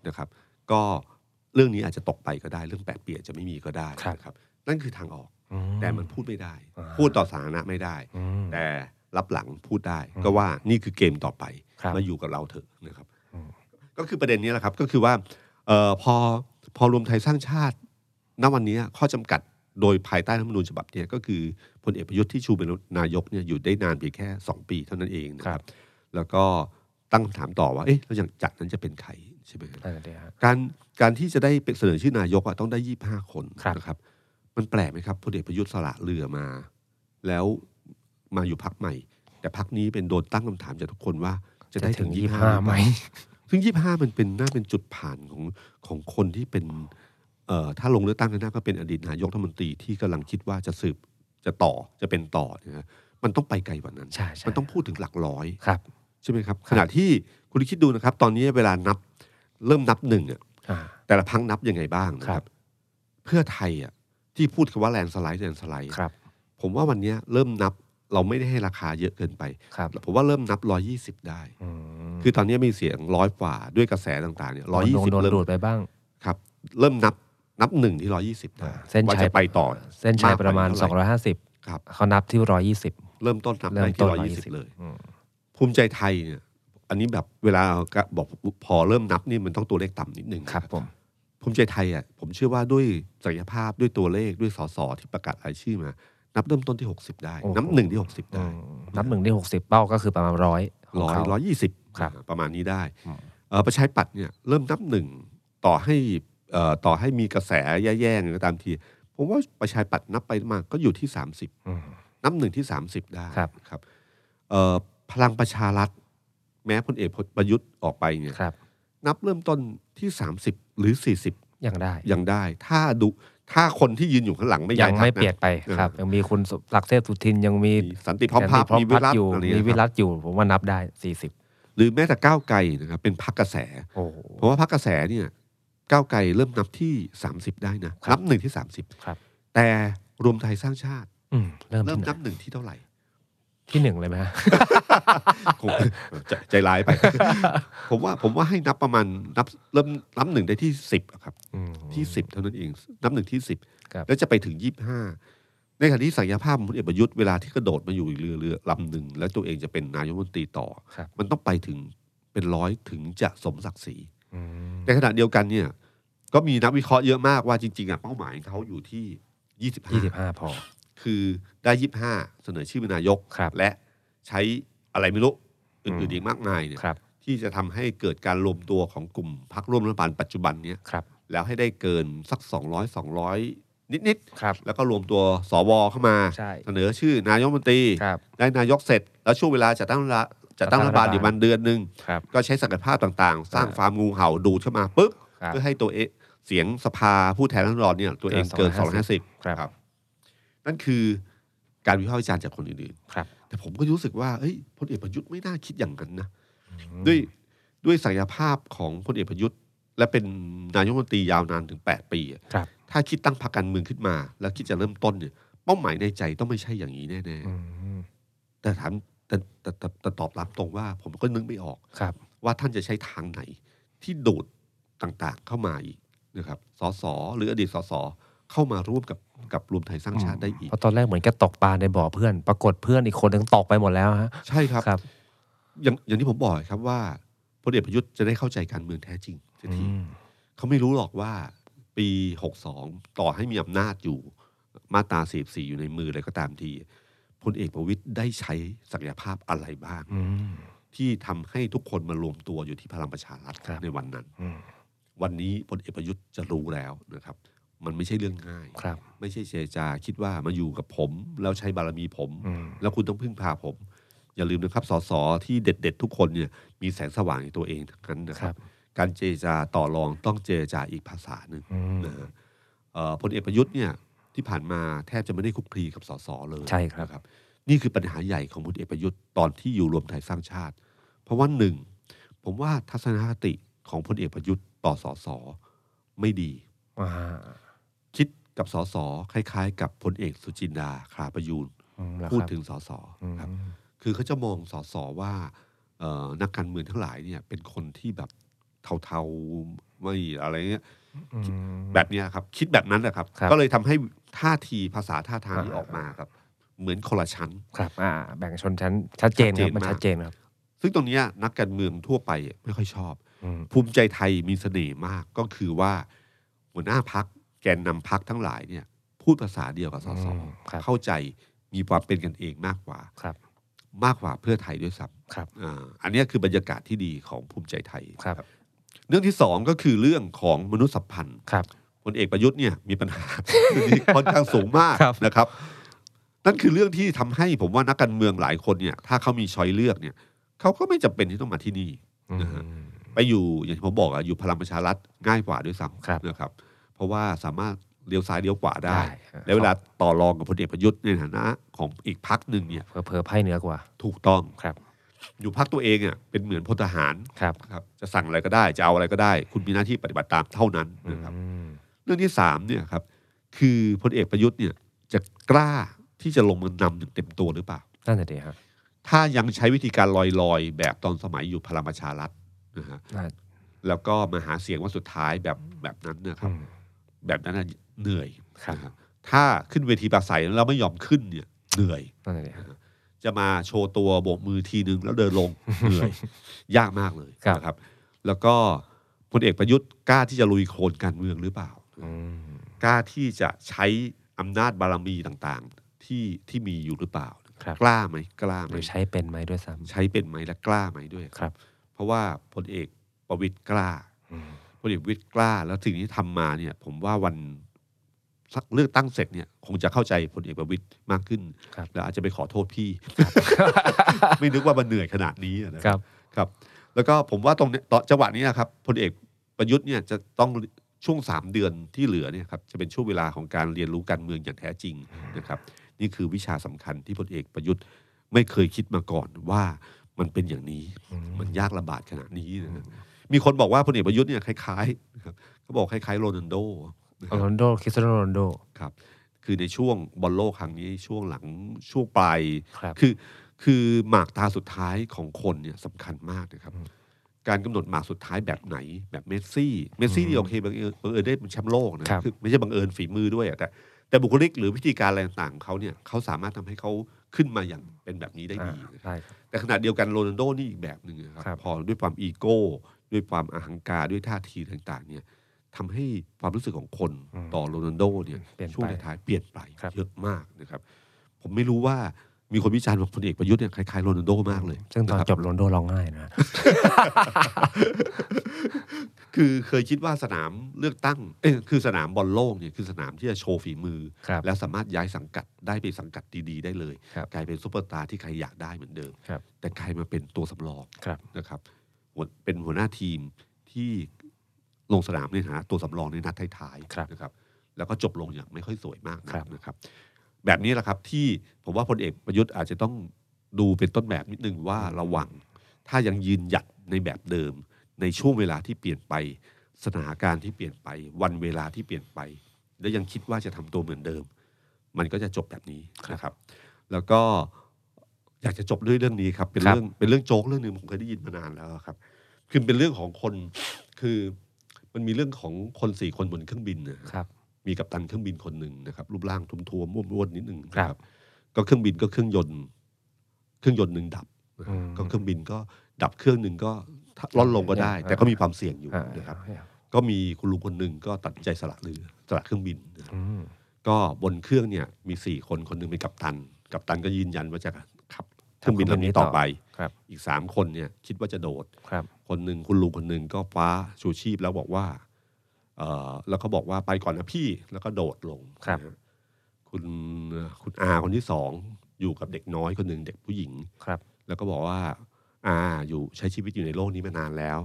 Speaker 2: นะครับ ก็เรื่องนี้อาจจะตกไปก็ได้เรื่องแปดเปียจจะไม่มีก็ได้นะครับนั่นคือทางออก
Speaker 3: อืม
Speaker 2: แต่มันพูดไม่ได้
Speaker 3: อ่า
Speaker 2: พูดต่อสาธารณะไม่ได้
Speaker 3: อืม
Speaker 2: แต่รับหลังพูดได้ ก็ว่านี่คือเกมต่อไป
Speaker 3: ครับ
Speaker 2: มาอยู่กับเราเถอะนะครับ
Speaker 3: อืม
Speaker 2: ก็คือประเด็นนี้แหละครับก็คือว่าเอ่อพอพอรวมไทยสร้างชาติณวันนี้ข้อจำกัดโดยภายใต้รัฐธรรมนูญฉบับเนี้ก็คือพลเอกประยุทธ์ที่ชูเป็นนายกเนี่ยอยู่ได้นานเพียงแค่ 2 ปีเท่านั้นเองนะ
Speaker 3: ค
Speaker 2: ค
Speaker 3: รั
Speaker 2: รั
Speaker 3: บบ
Speaker 2: แล้วก็ตั้งคำถามต่อว่าเอ๊ะแล้วอย่างจากนั้นจะเป็นใครใช่ไหมครับ
Speaker 3: นั่นแหละดิฮะ
Speaker 2: การการที่จะได้เป็นเสนอชื่อนายกอะต้องได้ 25 คน
Speaker 3: ครับ
Speaker 2: นะครับ มันแปลกไหมครับพลเอกประยุทธ์สละเรือมา แล้วมาอยู่พักใหม่ แต่พักนี้เป็นโดนตั้งคำถามจากทุกคนว่าจะได้ถึง 25
Speaker 3: 25ไหม
Speaker 2: ซึ่ง 25 มันเป็นน่าเป็นจุดผ่านของของคนที่เป็นเอ่อถ้าลงเลือกตั้งหน้าก็เป็นอดีตนายกรัฐมนตรีที่กำลังคิดว่าจะสืบจะต่อจะเป็นต่อเนะฮะมันต้องไปไกลกว่านั้น
Speaker 3: ใช่ใช่
Speaker 2: มันต้องพูดถึงหลักร้อย
Speaker 3: ครับ
Speaker 2: ใช่ไหมครับ ขณะที่คุณคิดดูนะครับ ตอนนี้เวลานับเริ่มนับหนึ่งอะ
Speaker 3: อ่า
Speaker 2: แต่ละพักนับยังไงบ้างนะค
Speaker 3: ครั
Speaker 2: รับ บ เพื่อไทยอ่ะที่พูดคำว่าแลนสไลด์แลนสไลด์
Speaker 3: ครับ
Speaker 2: ผมว่าวันเนี้ยเริ่มนับเราไม่ได้ให้ราคาเยอะเกินไป
Speaker 3: ครับ
Speaker 2: ผมว่าเริ่มนับ 120 ได้
Speaker 3: อืม
Speaker 2: คือตอนนี้มีเสียงร้อยกว่าด้วยกระแสต่างๆเนี่ยร้อยยี่สิบ
Speaker 3: โดน
Speaker 2: เริ่ม
Speaker 3: ดูดไปบ้าง
Speaker 2: ครับ เริ่มนับนับหนึ่งที่ร้อยยี่สิบได้
Speaker 3: อ่าเส้นชัย
Speaker 2: ว่าจะไปต่อ
Speaker 3: เส้นชัย
Speaker 2: กไ
Speaker 3: ประมาณ
Speaker 2: เท่ไห
Speaker 3: 250
Speaker 2: ครับ
Speaker 3: เขานับที่ 120
Speaker 2: เริ่มต้นนับ
Speaker 3: เริ่
Speaker 2: ได้
Speaker 3: ม
Speaker 2: ที่
Speaker 3: ต้น
Speaker 2: ร้อยยี่สิบ
Speaker 3: 120
Speaker 2: เลย
Speaker 3: อืม
Speaker 2: ภูมิใจไทยเนี่ย อันนี้แบบเวลาบอกพอเริ่มนับนี่มันต้องตัวเลขต่ำนิดหนึ่ง
Speaker 3: ครับผม
Speaker 2: ภูมิใจไทยอ่ะผมเชื่อว่าด้วยศักยภาพด้วยตัวเลขด้วยสสที่ประกาศรายชื่อมา นับเริ่มต้นที่ 60 ได้
Speaker 3: โอ้โห
Speaker 2: นับหนึ่งที่ 60
Speaker 3: อื
Speaker 2: ได้
Speaker 3: มนับหนึ่งได้หกสิบเป้าก็คือประมาณร้อย
Speaker 2: ร้อยร้อยยี่สิบ
Speaker 3: ครับ
Speaker 2: ประมาณนี้ได้
Speaker 3: อืม
Speaker 2: เอ่อประชาธิปัตย์เนี่ยเริ่มนับหนึ่งต่อให้เอ่อต่อให้มีกระแสแย่ๆไงก็ตามที ผมว่าประชาธิปัตย์นับไปมาก็อยู่ที่ 30
Speaker 3: อืม
Speaker 2: นับหนึ่งที่ 30 ได้
Speaker 3: ครับ
Speaker 2: ครับเอ่อพลังประชารัฐ แม้พลเอกประยุทธ์ออกไปเนี่ย
Speaker 3: ครับ
Speaker 2: นับเริ่มต้นที่ 30 หรือ 40
Speaker 3: ยังได้
Speaker 2: ยังได้ ถ้าดูถ้าคนที่ยืนอยู่ข้างหลังไม่
Speaker 3: ยังไม่
Speaker 2: ย้าพรรคนะ
Speaker 3: เปลี่ยนไป
Speaker 2: เออ
Speaker 3: ครับ ยังมีคุณหลักดิ์เทพสุทินยังมี
Speaker 2: มีสันติพร้อมพับ
Speaker 3: แสน
Speaker 2: มีวิรัต
Speaker 3: อยู่
Speaker 2: อะไรอย่าง
Speaker 3: มี
Speaker 2: เงี้ยค
Speaker 3: วิ
Speaker 2: รับ
Speaker 3: รัตอยู่ ผมว่านับได้สี่สิบ
Speaker 2: หรือแม้แต่ก้าวไกลนะครับเป็นพรรคกระแส
Speaker 3: โอ้โห
Speaker 2: เพราะว่าพรรคกระแสเนี่ยก้าวไกลเริ่มนับที่ 30 ได้นะ
Speaker 3: ครับ
Speaker 2: นับหนึ่งที่
Speaker 3: ครับ
Speaker 2: 30 แต่รวมไทยสร้างชาติ
Speaker 3: อืมเริ่ม
Speaker 2: เริ่
Speaker 3: ที่
Speaker 2: ม
Speaker 3: ไหน
Speaker 2: นับหนึ่งที่เท่าไหร่
Speaker 3: ที่หนึ่งเลยไหมฮะ
Speaker 2: คงใจ ใจร้ายไป ผมว่าผมว่าให้นับประมาณนับเริ่มนับหนึ่งได้ที่สิบอะครับ
Speaker 3: อืม
Speaker 2: ที่สิบเท่านั้นเอง นับหนึ่งที่สิบ
Speaker 3: ครับ
Speaker 2: แล้วจะไปถึงยี่ห้าในขณะที่ศักยภาพของพลเอกประยุทธ์เวลาที่กระโดดมาอยู่อีกเรือเรือลำหนึ่งแล้วตัวเองจะเป็นนายกรัฐมนตรีต่อ
Speaker 3: ครับ
Speaker 2: มันต้องไปถึงเป็นร้อยถึงจะสมศักดิ์ศรี
Speaker 3: อืม
Speaker 2: ในขณะเดียวกันเนี่ย ก็มีนักวิเคราะห์เยอะมากว่าจริงๆอ่ะเป้าหมายของเขาอยู่ที่ยี่สิบ
Speaker 3: ยี่
Speaker 2: ห้า
Speaker 3: สิบห้าพอ
Speaker 2: คือได้ยี่ห้าเสนอชื่อเป็นนายก
Speaker 3: ครับ
Speaker 2: และใช้อะไรไม่รู้อื่น
Speaker 3: อื
Speaker 2: ๆ
Speaker 3: ม
Speaker 2: อีกมากมายเนี่ย
Speaker 3: ครับ
Speaker 2: ที่จะทำให้เกิดการรวมตัวของกลุ่มพักร่วมรัฐบาลปัจจุบันเนี่ย
Speaker 3: ครับ
Speaker 2: แล้วให้ได้เกินสัก 200 200 นิด
Speaker 3: ครับ
Speaker 2: ๆ แล้วก็รวมตัวสวเข้ามา
Speaker 3: ใช่
Speaker 2: เสนอชื่อนายกรัฐมนตรี
Speaker 3: ครับ
Speaker 2: ได้นายกเสร็จ แล้วช่วงเวลาจะตั้งรัฐบาลจะตั้งรัฐบาลอยู่ประมันเดือนหนึ่ง
Speaker 3: ครับ
Speaker 2: ก็ใช้ศักยภาพต่างๆ สร้าง
Speaker 3: อ่า
Speaker 2: ฟาร์มงูเห่าดูดเข้ามาปุ๊บ
Speaker 3: ครับ
Speaker 2: เพื่อให้ตัวเองเสียงสภาผู้แทนราษฎรเนี่ยตัวเอง
Speaker 3: เกิ
Speaker 2: เกิน250
Speaker 3: น250ครับ
Speaker 2: นั่นคือการวิพากษ์วิจารณ์จากคนอื่นๆ
Speaker 3: ครับ
Speaker 2: แต่ผมก็รู้สึกว่าเอ้ยพลเอกประยุทธ์ไม่น่าคิดอย่างนั้นนะด้วยด้วยศักยภาพของพลเอกประยุทธ์ และเป็นนายกรัฐมนตรียาวนานถึง 8 ปีอะ
Speaker 3: ครับ
Speaker 2: ถ้าคิดตั้งพรรคการเมืองขึ้นมา แล้วคิดจะเริ่มต้นเนี่ยเป้าหมายในใจต้องไม่ใช่อย่างนี้แน่
Speaker 3: อืม
Speaker 2: ๆแต่ถามแต่แต่แต่แต่ตอบรับตรงว่า ผมก็นึกไม่ออก
Speaker 3: ครับ
Speaker 2: ว่าท่านจะใช้ทางไหนที่ดูดต่างๆเข้ามาอีกนะครับสสหรืออดีตสสเข้ามาร่วมกับกับรวมไทยสร้างชาติได้อีก
Speaker 3: เพราะตอนแรกเหมือนแกตกปลาในบ่อเพื่อน ปรากฏเพื่อนอีกคนหนึ่งตกไปหมดแล้วฮะ
Speaker 2: ใช่ครับ
Speaker 3: ครับ
Speaker 2: อย่างอย่างที่ผมบอกครับว่าพลเอกประยุทธ์จะได้เข้าใจการเมืองแท้จริงเสียที
Speaker 3: อืม
Speaker 2: เขาไม่รู้หรอกว่าปี 62 ต่อให้มีอำนาจอยู่มาตรา44 อยู่ในมืออะไรก็ตามทีพลเอกประวิทย์ได้ใช้ศักยภาพอะไรบ้าง
Speaker 3: อืม
Speaker 2: ที่ทำให้ทุกคนมารวมตัวอยู่ที่พลังประชารัฐ
Speaker 3: ครับ
Speaker 2: ในวันนั้น
Speaker 3: อืม
Speaker 2: วันนี้พลเอกประยุทธ์จะรู้แล้วนะครับ มันไม่ใช่เรื่องง่าย
Speaker 3: ครับ
Speaker 2: ไม่ใช่เจรจาคิดว่ามาอยู่กับผม แล้วใช้บารมีผม
Speaker 3: อืม
Speaker 2: แล้วคุณต้องพึ่งพาผม อย่าลืมนะครับสสที่เด็ด ๆ ทุกคนเนี่ยมีแสงสว่างในตัวเองทั้งนั้นนะ
Speaker 3: ค
Speaker 2: ค
Speaker 3: รั
Speaker 2: รับ
Speaker 3: บ
Speaker 2: การเจรจาต่อรองต้องเจรจาอีกภาษาหนึ่ง
Speaker 3: อืม
Speaker 2: นะฮะเอ่อพลเอกประยุทธ์เนี่ยที่ผ่านมาแทบจะไม่ได้คลุกคลีกับสสเลย
Speaker 3: ใช่ครับ
Speaker 2: นะครับ นี่คือปัญหาใหญ่ของพลเอกประยุทธ์ตอนที่อยู่รวมไทยสร้างชาติ เพราะว่าหนึ่งผมว่าทัศนคติของพลเอกประยุทธ์ต่อสสไม่ดี
Speaker 3: อ่า
Speaker 2: คิดกับสสคล้ายๆ กับพลเอกสุจินดาคราประยูน
Speaker 3: อืมแล้ว
Speaker 2: พูด
Speaker 3: ครับ
Speaker 2: ถึงสส
Speaker 3: อืม
Speaker 2: ครับ คือเขาจะมองสสว่าเอ่อนักการเมืองทั้งหลายเนี่ยเป็นคนที่แบบเทาๆไม่อะไรเงี้ย
Speaker 3: อืม
Speaker 2: แบบเนี้ยครับ คิดแบบนั้นแหละครับ
Speaker 3: ครับ
Speaker 2: ก็เลยทำให้ท่าทีภาษาท่าทางที่
Speaker 3: อ่า
Speaker 2: ออกมาครับ เหมือนคนละชั้น
Speaker 3: ครับอ่าแบ่งชนชั้นชัดเจนครับมัน
Speaker 2: ชั
Speaker 3: ชั
Speaker 2: ด
Speaker 3: ด
Speaker 2: เจ
Speaker 3: เจ
Speaker 2: น
Speaker 3: น
Speaker 2: มาก
Speaker 3: ครับ
Speaker 2: ซึ่งตรงเนี้ยนักการเมืองทั่วไปไม่ค่อยชอบ
Speaker 3: อืม
Speaker 2: ภูมิใจไทยมีเสน่ห์มากก็คือว่า หัวหน้าพักแกนนำพักทั้งหลายเนี่ย พูดภาษาเดียวกับสส
Speaker 3: ครับ
Speaker 2: เข้าใจมีความเป็นกันเองมากกว่า
Speaker 3: ครับ
Speaker 2: มากกว่าเพื่อไทยด้วยซ้
Speaker 3: ครับ
Speaker 2: ำอ่าอันเนี้ยคือบรรยากาศที่ดีของภูมิใจไทย
Speaker 3: ครับ
Speaker 2: เรื่องที่สองก็คือเรื่องของมนุษยสัมพันธ์
Speaker 3: ครับ
Speaker 2: พลเอกประยุทธ์เนี่ยมีปัญหา เรื่องนี้ค่อนข้างสูงมาก
Speaker 3: ครับ
Speaker 2: นะครับ นั่นคือเรื่องที่ทำให้ผมว่านักการเมืองหลายคนเนี่ย ถ้าเขามีช้อยเลือกเนี่ยเขาก็ไม่จำเป็นที่ต้องมาที่นี่
Speaker 3: อืม
Speaker 2: ไปอยู่อย่างที่ผมบอกอะอยู่พลังประชารัฐง่ายกว่าด้วย
Speaker 3: ครับ
Speaker 2: ซ้ำนะครับ เพราะว่าสามารถเลี้ยวซ้ายเลี้ยวขวาได้
Speaker 3: ฮะ
Speaker 2: และเวลาต่อรองกับพลเอกประยุทธ์ในฐานะของอีกพักหนึ่งเนี่ย
Speaker 3: เผลอๆไพ่เหนือกว่า
Speaker 2: ถูกต้อง
Speaker 3: ครับ
Speaker 2: อยู่พักตัวเองอ่ะเป็นเหมือนพลทหาร
Speaker 3: ครับ
Speaker 2: ครับจะสั่งอะไรก็ได้ จะเอาอะไรก็ได้ คุณมีหน้าที่ปฏิบัติตามเท่านั้นนะครับ
Speaker 3: อืม
Speaker 2: เรื่องที่สามเนี่ยครับคือพลเอกประยุทธ์เนี่ยจะกล้าที่จะลงมือนำอย่างเต็มตัวหรือเปล่า
Speaker 3: นั่นแหละดีฮะ
Speaker 2: ถ้ายังใช้วิธีการลอยๆ แบบตอนสมัยอยู่พลังประชารัฐนะฮะ
Speaker 3: น่า
Speaker 2: แล้วก็มาหาเสียงวันสุดท้ายแบบแบบนั้นนะค
Speaker 3: อื
Speaker 2: รับ
Speaker 3: ม
Speaker 2: แบบนั้นน่ะเหนื่อย
Speaker 3: ครับ
Speaker 2: นะฮะถ้าขึ้นเวทีปราศัยแล้วไม่ยอมขึ้นเนี่ยเหนื่อย
Speaker 3: นั่นแหละดีฮะ
Speaker 2: จะมาโชว์ตัวโบกมือทีนึงแล้วเดินลง เห นื่อย ยากมากเลย
Speaker 3: ครับ
Speaker 2: นะครับ แล้วก็พลเอกประยุทธ์กล้าที่จะลุยโคลนการเมืองหรือเปล่า
Speaker 3: อืม
Speaker 2: กล้าที่จะใช้อำนาจบารมีต่างๆ ที่ที่มีอยู่หรือเปล่า
Speaker 3: ครับ
Speaker 2: กล้าไหมกล้าไห
Speaker 3: ห
Speaker 2: ม
Speaker 3: รือใช้เป็นไหมด้วยซ้
Speaker 2: ใช้เป็นไหมและกล้าไหมด้วย
Speaker 3: ำครับ
Speaker 2: เพราะว่าพลเอกประวิตยกล้า
Speaker 3: อืม
Speaker 2: พลเอกประวิตยกล้า แล้วสิ่งที่ทำมาเนี่ย ผมว่าวันสักเลือกตั้งเสร็จเนี่ย คงจะเข้าใจพลเอกประวิตยมากขึ้น
Speaker 3: ครับ
Speaker 2: แล้วอาจจะไปขอโทษพี่ ไม่ นึกว่ามันเหนื่อยขนาดนี้อะนะครับ ครับ แล้วก็ผมว่าตรงเนี้ยตอนจังหวะนี้นะครับพลเอกประยุทธ์เนี่ยจะต้องช่วงสามเดือนที่เหลือเนี่ยครับจะเป็นช่วงเวลาของการเรียนรู้การเมืองอย่างแท้จริงนะครับ นี่คือวิชาสำคัญที่พลเอกประยุทธ์ไม่เคยคิดมาก่อนว่ามันเป็นอย่างนี้ มันยากลำบากขนาดนี้นะฮะมีคนบอกว่าพลเอกประยุทธ์ เนี่ยคล้ายๆนะครับเขาบอกคล้ายๆโรนัลโดนะค
Speaker 3: โร
Speaker 2: รับ
Speaker 3: นลโดคริสเตียโนโรนลโด
Speaker 2: ครับ ค คือในช่วงบอลโลกครั้งนี้ช่วงหลังช่วงปลาย
Speaker 3: ครับ
Speaker 2: คือคือหมากตาสุดท้ายของคนเนี่ยสำคัญมากนะครับ
Speaker 3: อืม
Speaker 2: การกำหนดหมากสุดท้ายแบบไหน แบบเมสซี่เมสซี่นี่โอเคบังเอิญบังเอิญได้เป็นแชมป์โลกนะครับ อไม่ใช่บังเอิญฝีมือด้วยอะแต่แต่บุคลิกหรือวิธีการอะไรต่างๆของเขาเนี่ยเขาสามารถทำให้เขาขึ้นมาอย่างเป็นแบบนี้ได้
Speaker 3: อ่า
Speaker 2: ดีนะครับ
Speaker 3: ได้ครับ
Speaker 2: แต่ขณะเดียวกันโรนัลโดนี่อีกแบบหนึ่งนะค
Speaker 3: ครั
Speaker 2: รับ บพอด้วยความอีโก้ด้วยความอหังการด้วยท่าทีต่างๆเนี่ยทำให้ความรู้สึกของคนต่อโรนัลโดเนี่ย
Speaker 3: เปลี่ยนไป
Speaker 2: ช่วงท้ายๆเปลี่ยนไป
Speaker 3: ครับ
Speaker 2: เยอะมากนะครับผมไม่รู้ว่ามีคนวิจารณ์บอกพลเอกประยุทธ์เนี่ยคล้ายๆโรนัลโดมากเลย
Speaker 3: ซึ่งตอนะ จ
Speaker 2: ครับ
Speaker 3: โรนลโดร้องไห้นะ
Speaker 2: คือเคยคิดว่าสนามเลือกตั้งเอ้ยคือสนามบอลโลกเนี่ยคือสนามที่จะโชว์ฝีมือ
Speaker 3: ครับ
Speaker 2: แล้วสามารถย้ายสังกัดได้ไปสังกัดดีๆ ได้เลย
Speaker 3: ครับ
Speaker 2: กลายเป็นซุปเปอร์สตาร์ที่ใครอยากได้เหมือนเดิม
Speaker 3: ครับ
Speaker 2: แต่กลายมาเป็นตัวสำรอง
Speaker 3: ครับ
Speaker 2: นะครับหัวเป็นหัวหน้าทีมที่ลงสนามในฐานะตัวสำรองในนัดท้าย
Speaker 3: ครับ
Speaker 2: ๆนะครับ แล้วก็จบลงอย่างไม่ค่อยสวยมากนะครับ นะครับ แบบนี้แหละครับที่ผมว่าพลเอกประยุทธ์อาจจะต้องดูเป็นต้นแบบนิดนึงว่าระวัง ถ้ายังยืนหยัดในแบบเดิม ในช่วงเวลาที่เปลี่ยนไป สถานการณ์ที่เปลี่ยนไป วันเวลาที่เปลี่ยนไป และยังคิดว่าจะทำตัวเหมือนเดิม มันก็จะจบแบบนี้นะครับ แล้วก็อยากจะจบด้วยเรื่องนี้ครับ เป็น
Speaker 3: ครับ
Speaker 2: เรื่องเป็นเรื่องโจ๊กเรื่องหนึ่งผมเคยได้ยินมานานแล้วครับ คือเป็นเรื่องของคนคือมันมีเรื่องของคนสี่คนบนเครื่องบินนะฮะ
Speaker 3: ครับ
Speaker 2: มีกัปตันเครื่องบินคนหนึ่งนะครับ รูปร่างทุมทวมๆอ้วนๆนิดหนึ่งนะครับ ก็เครื่องบินก็เครื่องยนต์ เครื่องยนต์หนึ่งดับนะครับ
Speaker 3: อืม
Speaker 2: ก็เครื่องบินก็ดับเครื่องหนึ่งก็ถ้าล่อนลงก็ได้
Speaker 3: อ่า
Speaker 2: แต่ก็มีความเสี่ยงอยู่
Speaker 3: อ่า
Speaker 2: นะครับ ก็มีคุณลุงคนหนึ่งก็ตัดสินใจสละเรือสละเครื่องบินนะครับ
Speaker 3: อืม
Speaker 2: ก็บนเครื่องเนี่ยมีสี่คนคนหนึ่งเป็นกัปตัน กัปตันก็ยืนยันว่าจะขับเครื่องบินลำนี้ต่อไป
Speaker 3: ครับ
Speaker 2: อีกสามคนเนี่ยคิดว่าจะโดด
Speaker 3: ครับ
Speaker 2: คนหนึ่งคุณลุงคนหนึ่งก็ฟ้าชูชีพแล้วบอกว่าเออแล้วก็บอกว่าไปก่อนนะพี่แล้วก็โดดลง
Speaker 3: ครับ
Speaker 2: นะฮะคุณคุณอาคนที่สองอยู่กับเด็กน้อยคนหนึ่งเด็กผู้หญิง
Speaker 3: ครับ
Speaker 2: แล้วก็บอกว่าอาอยู่ใช้ชีวิตอยู่ในโลกนี้มานานแล้ว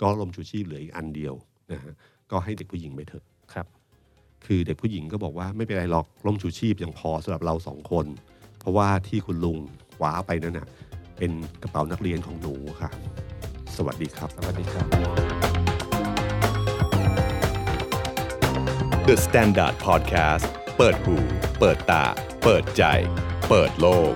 Speaker 2: ก็ลมชูชีพเหลืออีกอันเดียวนะฮะก็ให้เด็กผู้หญิงไปเถอะ
Speaker 3: ครับ
Speaker 2: คือเด็กผู้หญิงก็บอกว่าไม่เป็นไรหรอกร่มชูชีพยังพอสำหรับเราสองคน เพราะว่าที่คุณลุงคว้าไปนั่นน่ะเป็นกระเป๋านักเรียนของหนูค่ะ สวัสดีครับ
Speaker 3: สวัสดีครับ
Speaker 1: The Standard Podcast เปิดหูเปิดตา เปิดใจ เปิดโลก